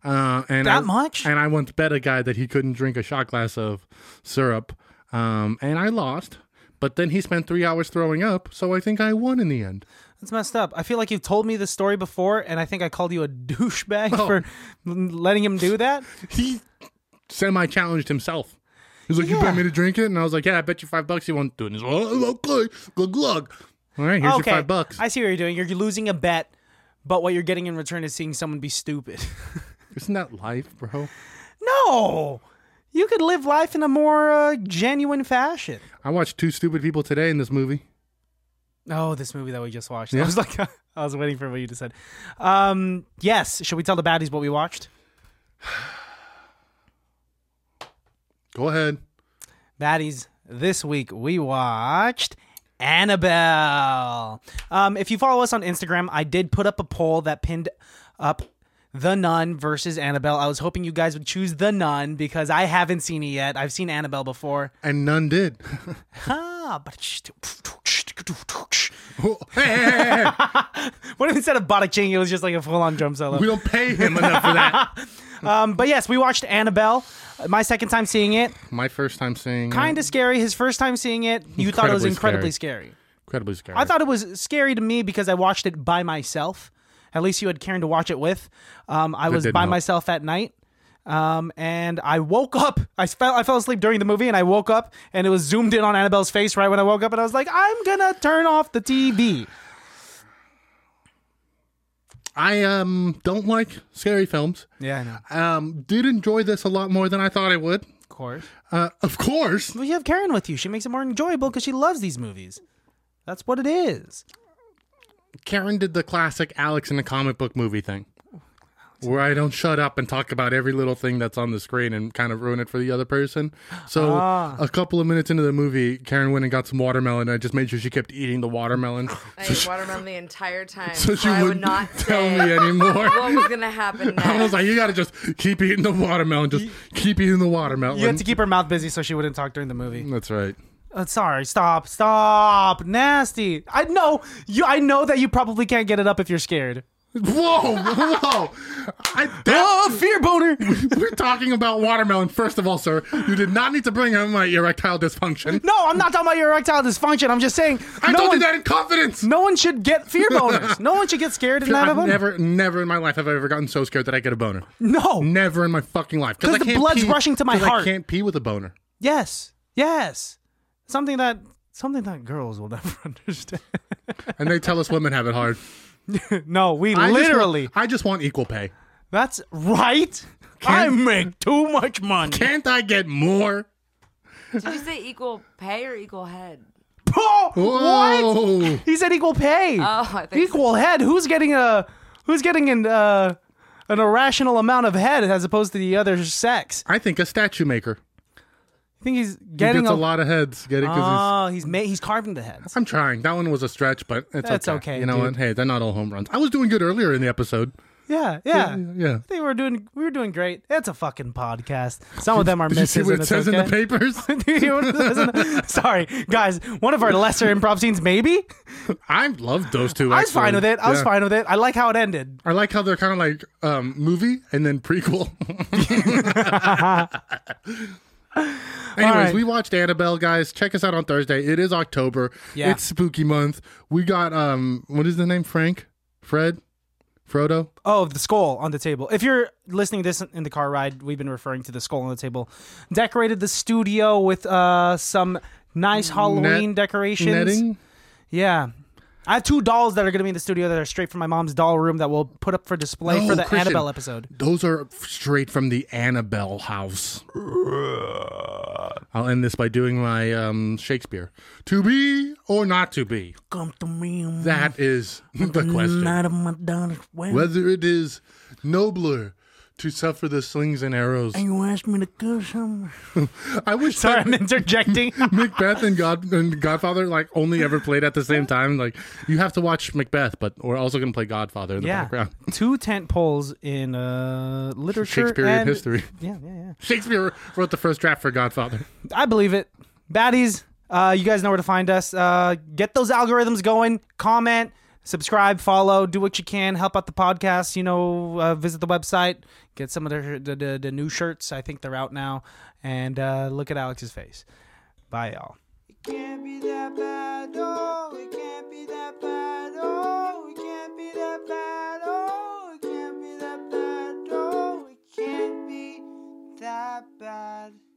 Speaker 2: Uh, and
Speaker 1: That
Speaker 2: I-
Speaker 1: much?
Speaker 2: And I once bet a guy that he couldn't drink a shot glass of syrup, um, and I lost. But then he spent three hours throwing up, so I think I won in the end.
Speaker 1: That's messed up. I feel like you've told me this story before, and I think I called you a douchebag
Speaker 2: Oh.
Speaker 1: for letting him do that.
Speaker 2: He semi challenged himself. He was like, "You bet
Speaker 1: Yeah.
Speaker 2: me to drink it," and I was like, "Yeah, I bet you five bucks you won't do it." And he's like, "Oh, "Okay, good luck." All right, here's
Speaker 1: okay,
Speaker 2: your five bucks.
Speaker 1: I see what you're doing. You're losing a bet, but what you're getting in return is seeing someone be stupid.
Speaker 2: Isn't that life, bro?
Speaker 1: no, you could live life in a more uh, genuine fashion.
Speaker 2: I watched two stupid people today in this movie.
Speaker 1: Oh, this movie that we just watched. I was like, I was waiting for what you just said. Um, yes, should we tell the baddies what we watched?
Speaker 2: Go ahead.
Speaker 1: Baddies, this week we watched Annabelle. Um, if you follow us on Instagram, I did put up a poll that pinned up The Nun versus Annabelle. I was hoping you guys would choose The Nun because I haven't seen it yet. I've seen Annabelle before.
Speaker 2: And none did.
Speaker 1: Ah, but
Speaker 2: hey, hey, hey, hey,
Speaker 1: what if instead of bada ching, it was just like a full on drum solo?
Speaker 2: we don't pay him enough for that.
Speaker 1: Um, but yes, we watched Annabelle. uh, My second time seeing it.
Speaker 2: My first time seeing
Speaker 1: kind of scary. His first time seeing it, you thought it was
Speaker 2: Incredibly
Speaker 1: incredibly scary.
Speaker 2: incredibly scary.
Speaker 1: I thought it was scary to me because I watched it by myself. At least you had Karen to watch it with. Um, I was
Speaker 2: didn't
Speaker 1: by
Speaker 2: help.
Speaker 1: myself at night. Um, and I woke up. I fell. I fell asleep during the movie, and I woke up, and it was zoomed in on Annabelle's face right when I woke up, and I was like, "I'm gonna turn off the TV."
Speaker 2: I um don't like scary films.
Speaker 1: Yeah, I know. Of
Speaker 2: Um, did enjoy this a lot more than I thought I would.
Speaker 1: course.
Speaker 2: Uh, of course.
Speaker 1: Well, you have Karen with you. She makes it more enjoyable because she loves these movies. That's what it is.
Speaker 2: Karen did the classic Alex in the comic book movie thing. Where I don't shut up and talk about every little thing that's on the screen and kind of ruin it for the other person. So
Speaker 4: Ah.
Speaker 2: a couple of minutes into the movie, Karen went and got some watermelon. And I just made sure she kept eating the watermelon,
Speaker 4: Oh, I ate watermelon the entire time.
Speaker 2: so
Speaker 4: So,
Speaker 2: she
Speaker 4: I would
Speaker 2: wouldn't
Speaker 4: not
Speaker 2: tell
Speaker 4: say
Speaker 2: me anymore.
Speaker 4: what was gonna happen next.
Speaker 2: I was like, you gotta just keep eating the watermelon. Just keep eating the watermelon.
Speaker 1: You had to keep her mouth busy so she wouldn't talk during the movie.
Speaker 2: that's right.
Speaker 1: Uh, sorry, stop, stop, nasty. I know you. I know that you probably can't get it up if you're scared.
Speaker 2: Whoa, whoa! I, that,
Speaker 1: Oh, fear boner.
Speaker 2: we're talking about watermelon, first of all, sir. You did not need to bring up my erectile dysfunction.
Speaker 1: No, I'm not talking about your erectile dysfunction. I'm just saying
Speaker 2: I
Speaker 1: no
Speaker 2: told
Speaker 1: one,
Speaker 2: you that in confidence.
Speaker 1: No one should get fear boners. no one should get scared and not have
Speaker 2: I've
Speaker 1: them.
Speaker 2: never, never in my life have I ever gotten so scared that I get a boner.
Speaker 1: no.
Speaker 2: Never in my fucking life.
Speaker 1: 'Cause
Speaker 2: I
Speaker 1: the
Speaker 2: can't
Speaker 1: blood's
Speaker 2: pee-
Speaker 1: rushing to my
Speaker 2: 'cause
Speaker 1: heart.
Speaker 2: I can't pee with a boner.
Speaker 1: Yes. Yes. Something that something that girls will never understand.
Speaker 2: And they tell us women have it hard.
Speaker 1: no, we
Speaker 2: I just want-
Speaker 1: literally.
Speaker 2: I just want equal pay.
Speaker 1: that's right. I make too much money.
Speaker 2: Can't I get more?
Speaker 4: Did you say equal pay or equal head?
Speaker 1: Oh, what?
Speaker 2: Whoa.
Speaker 1: He said equal pay.
Speaker 4: Oh, I think so.
Speaker 1: equal head. Who's getting a? Who's getting an uh, an irrational amount of head as opposed to the other sex?
Speaker 2: I think a statue maker.
Speaker 1: I think he's
Speaker 2: He
Speaker 1: getting
Speaker 2: gets a lot of heads. Get it? 'Cause he's-
Speaker 1: Oh, he's ma- he's carving the heads.
Speaker 2: I'm trying. That one was a stretch, but it's
Speaker 1: That's okay,
Speaker 2: You know
Speaker 1: dude.
Speaker 2: what? Hey, they're not all home runs. I was doing good earlier in the episode.
Speaker 1: Yeah, yeah.
Speaker 2: yeah.
Speaker 1: I think we were doing we were doing great. It's a fucking podcast. Some of them are
Speaker 2: Did you see
Speaker 1: misses.
Speaker 2: what
Speaker 1: and
Speaker 2: it
Speaker 1: it's
Speaker 2: says in the
Speaker 1: okay.
Speaker 2: papers?
Speaker 1: Do you hear what it says in the- Sorry, guys. One of our lesser improv scenes, maybe.
Speaker 2: I loved those two.
Speaker 1: I was fine with it. I was
Speaker 2: Yeah.
Speaker 1: fine with it. I like how it ended.
Speaker 2: I like how they're kind of like um, movie and then prequel. Anyways,
Speaker 1: right.
Speaker 2: we watched Annabelle, guys. Check us out on Thursday. It is October.
Speaker 1: Yeah.
Speaker 2: It's spooky month. We got um, what is the name? Frank, Fred, Frodo.
Speaker 1: Oh, the skull on the table. If you're listening to this in the car ride, we've been referring to the skull on the table. Decorated the studio with uh some nice Halloween decorations.
Speaker 2: Netting.
Speaker 1: Yeah. I have two dolls that are going to be in the studio that are straight from my mom's doll room that we'll put up for display
Speaker 2: No,
Speaker 1: for the
Speaker 2: Oh, Christian.
Speaker 1: Annabelle episode.
Speaker 2: Those are straight from the Annabelle house. I'll end this by doing my um, Shakespeare. To be or not to be?
Speaker 1: Come to me on
Speaker 2: That is the question.
Speaker 1: of my daughter's wedding.
Speaker 2: Whether it is nobler to suffer the slings and arrows.
Speaker 1: You asked me to go somewhere.
Speaker 2: I wish
Speaker 1: Sorry,
Speaker 2: that
Speaker 1: I'm interjecting.
Speaker 2: Macbeth and, God, and Godfather like only ever played at the same time. Like you have to watch Macbeth, but we're also gonna play Godfather in the
Speaker 1: yeah,
Speaker 2: background.
Speaker 1: two tent poles in uh, literature
Speaker 2: Shakespearean
Speaker 1: and-
Speaker 2: history.
Speaker 1: Yeah, yeah, yeah.
Speaker 2: Shakespeare wrote the first draft for Godfather.
Speaker 1: I believe it. Baddies, uh, you guys know where to find us. Uh, get those algorithms going. Comment, subscribe, follow, do what you can. Help out the podcast. You know, uh, visit the website. Get some of their, the, the, the new shirts. I think they're out now. And uh, look at Alex's face. Bye, y'all.
Speaker 3: can't be that bad, oh, it can't be that bad, oh, it can't be that bad, oh, it can't be that bad, oh, it can't be that bad.